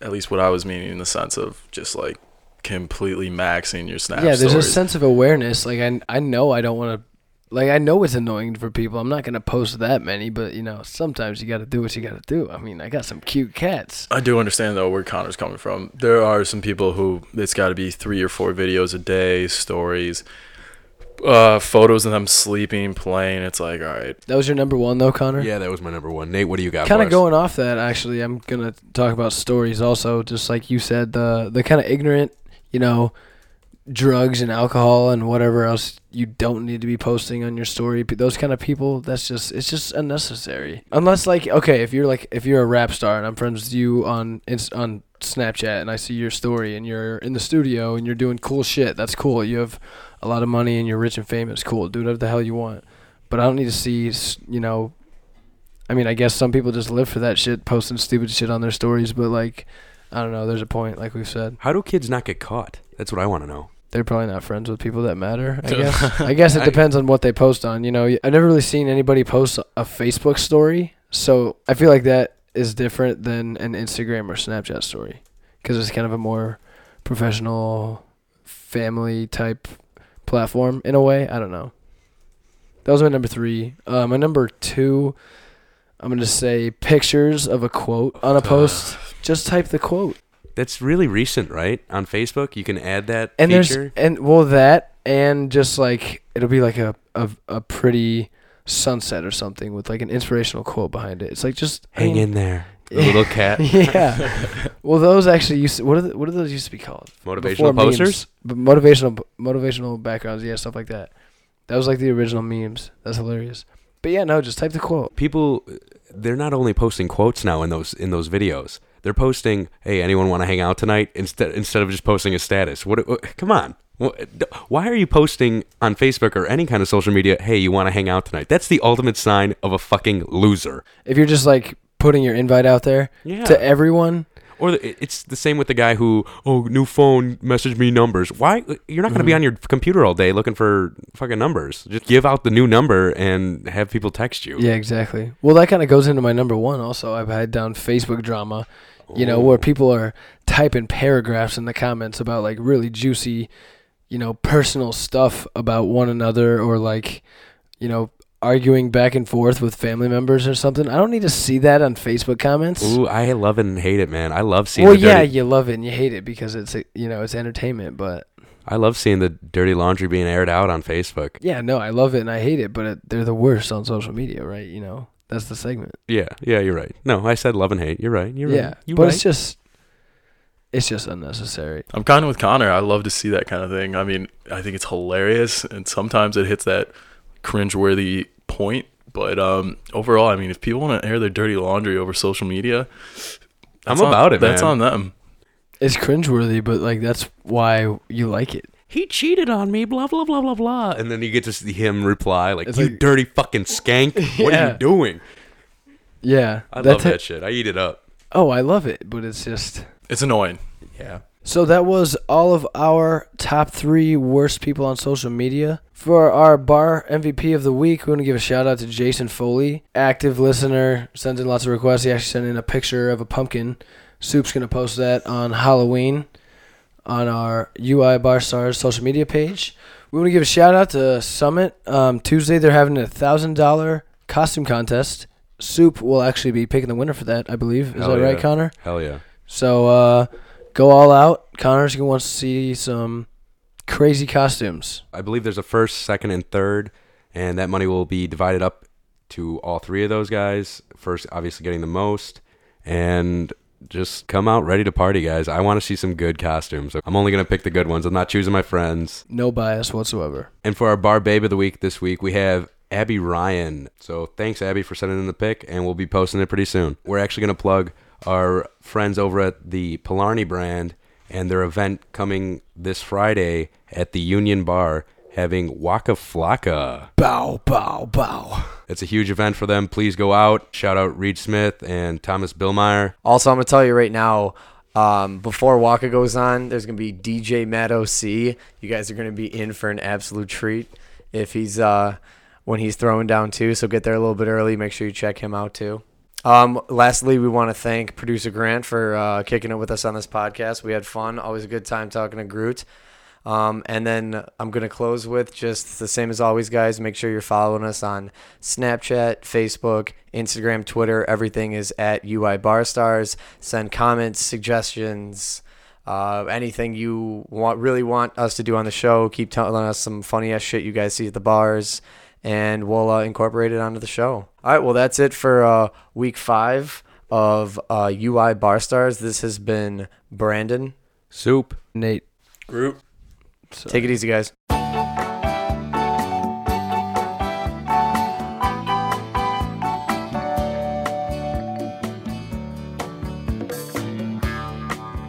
Speaker 2: at least what I was meaning in the sense of just like completely maxing your snap
Speaker 1: yeah, there's a
Speaker 2: stories.
Speaker 1: sense of awareness. Like I, I know I don't want to. Like I know it's annoying for people. I'm not gonna post that many, but you know, sometimes you gotta do what you gotta do. I mean, I got some cute cats.
Speaker 2: I do understand though where Connor's coming from. There are some people who it's got to be three or four videos a day, stories, uh, photos of them sleeping, playing. It's like, all right,
Speaker 1: That was your number one though, Connor.
Speaker 8: Yeah, that was my number one. Nate, what do you got?
Speaker 1: Kind
Speaker 8: for
Speaker 1: of
Speaker 8: us?
Speaker 1: going off that, actually, I'm gonna talk about stories also. Just like you said, the the kind of ignorant, you know, drugs and alcohol and whatever else you don't need to be posting on your story. P- Those kind of people, that's just it's just unnecessary. Unless like, okay, if you're like if you're a rap star and I'm friends with you on Inst- on Snapchat and I see your story and you're in the studio and you're doing cool shit, that's cool. You have a lot of money and you're rich and famous. Cool, do whatever the hell you want. But I don't need to see, s- you know, I mean, I guess some people just live for that shit, posting stupid shit on their stories, but like, I don't know, there's a point, like we've said.
Speaker 8: How do kids not get caught? That's what I want to know.
Speaker 1: They're probably not friends with people that matter, I guess. I guess it depends on what they post on. You know, I've never really seen anybody post a Facebook story, so I feel like that is different than an Instagram or Snapchat story because it's kind of a more professional, family type platform in a way. I don't know. That was my number three. Uh, my number two, I'm going to say pictures of a quote on a post. Just type the quote.
Speaker 8: That's really recent, right? On Facebook, you can add that
Speaker 1: and
Speaker 8: feature.
Speaker 1: there's and well that and just like it'll be like a, a a pretty sunset or something with like an inspirational quote behind it. It's like just I
Speaker 8: Hang
Speaker 1: mean-
Speaker 8: in there, the little cat.
Speaker 1: yeah. well, those actually used to, what are the, what are those used to be called?
Speaker 8: Motivational
Speaker 1: Before memes.
Speaker 8: posters.
Speaker 1: But motivational motivational backgrounds, yeah, stuff like that. That was like the original memes. That's hilarious. But yeah, no, just type the quote.
Speaker 8: People, they're not only posting quotes now in those in those videos. They're posting, "Hey, anyone want to hang out tonight?" Instead instead of just posting a status. What? what come on. What, d- why are you posting on Facebook or any kind of social media? Hey, you want to hang out tonight? That's the ultimate sign of a fucking loser.
Speaker 1: If you're just like putting your invite out there
Speaker 8: Yeah.
Speaker 1: to everyone,
Speaker 8: Or the, it's the same with the guy who, oh, new phone, message me numbers. Why? You're not going to
Speaker 1: Mm-hmm.
Speaker 8: be on your computer all day looking for fucking numbers. Just give out the new number and have people text you.
Speaker 1: Yeah, exactly. Well, that kind of goes into my number one. Also, I've had down Facebook drama, you know, where people are typing paragraphs in the comments about like really juicy, you know, personal stuff about one another or like, you know, arguing back and forth with family members or something. I don't need to see that on Facebook comments.
Speaker 8: Ooh, I love it and hate it, man. I love seeing
Speaker 1: well,
Speaker 8: the
Speaker 1: yeah,
Speaker 8: dirty,
Speaker 1: you love it and you hate it because it's you know it's entertainment, but
Speaker 8: I love seeing the dirty laundry being aired out on Facebook.
Speaker 1: yeah, no, I love it and I hate it, but it, they're the worst on social media, right? You know, that's the segment.
Speaker 8: Yeah, yeah, you're right. No, I said love and hate. You're right. You're
Speaker 1: yeah,
Speaker 8: right. You
Speaker 1: but
Speaker 8: right.
Speaker 1: it's just it's just unnecessary.
Speaker 2: I'm kind of with Connor. I love to see that kind of thing. I mean, I think it's hilarious, and sometimes it hits that cringeworthy point. But um, overall, I mean, if people want to air their dirty laundry over social media,
Speaker 8: I'm
Speaker 2: that's on-
Speaker 8: about it,
Speaker 2: That's
Speaker 8: man.
Speaker 2: on them.
Speaker 1: It's cringeworthy, but like that's why you like it.
Speaker 8: he cheated on me. Blah blah blah blah blah. And then you get to see him reply like,
Speaker 1: It's
Speaker 8: "You
Speaker 1: like-
Speaker 8: dirty fucking skank. What are
Speaker 1: Yeah.
Speaker 8: you doing?"
Speaker 1: Yeah,
Speaker 8: I
Speaker 1: that's
Speaker 8: love that
Speaker 1: it.
Speaker 8: shit. I eat it up.
Speaker 1: Oh, I love it, but it's just.
Speaker 2: It's annoying.
Speaker 8: Yeah.
Speaker 1: So that was all of our top three worst people on social media. For our bar MVP of the week, we want to give a shout out to Jason Foley, active listener, sends in lots of requests. He actually sent in a picture of a pumpkin. Soup's gonna post that on Halloween. on our UI Bar Stars social media page. We want to give a shout out to Summit. Um, Tuesday, they're having a thousand dollar costume contest. Soup will actually be picking the winner for that, I believe. Is
Speaker 8: Hell
Speaker 1: that right,
Speaker 8: yeah.
Speaker 1: Connor?
Speaker 8: Hell yeah.
Speaker 1: So uh, go all out. Connor's gonna want to see some crazy costumes.
Speaker 8: I believe there's a first, second, and third, and that money will be divided up to all three of those guys. First, obviously, getting the most, and just come out ready to party, guys. I want to see some good costumes. I'm only gonna pick the good ones. I'm not choosing my friends.
Speaker 1: No bias whatsoever.
Speaker 8: And for our bar babe of the week this week, we have Abby Ryan. So thanks, Abby, for sending in the pick, and we'll be posting it pretty soon. We're actually gonna plug our friends over at the Polarni brand and their event coming this Friday at the Union Bar having Waka Flocka.
Speaker 1: Bow, bow, bow.
Speaker 8: It's a huge event for them. Please go out. Shout out Reed Smith and Thomas Billmeyer.
Speaker 3: Also, I'm gonna tell you right now. Um, before Waka goes on, there's gonna be DJ Matt OC. You guys are gonna be in for an absolute treat if he's uh, when he's throwing down too. So get there a little bit early. Make sure you check him out too. Um, lastly, we want to thank producer Grant for uh, kicking it with us on this podcast. We had fun. Always a good time talking to Groot. Um, and then I'm going to close with just the same as always, guys. Make sure you're following us on Snapchat, Facebook, Instagram, Twitter. Everything is at UI Bar Stars. Send comments, suggestions, uh, anything you want, really want us to do on the show. Keep telling us some funny ass shit you guys see at the bars, and we'll uh, incorporate it onto the show. All right, well, that's it for uh, week five of uh, UI Bar Stars. This has been Brandon.
Speaker 8: Soup.
Speaker 1: Nate.
Speaker 2: Group.
Speaker 3: Take it easy, guys.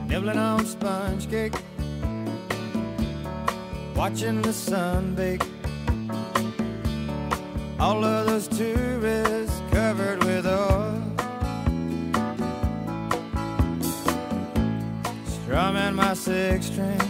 Speaker 9: nibbling on sponge cake, watching the sun bake. All of those tourists covered with oil, strumming my six string,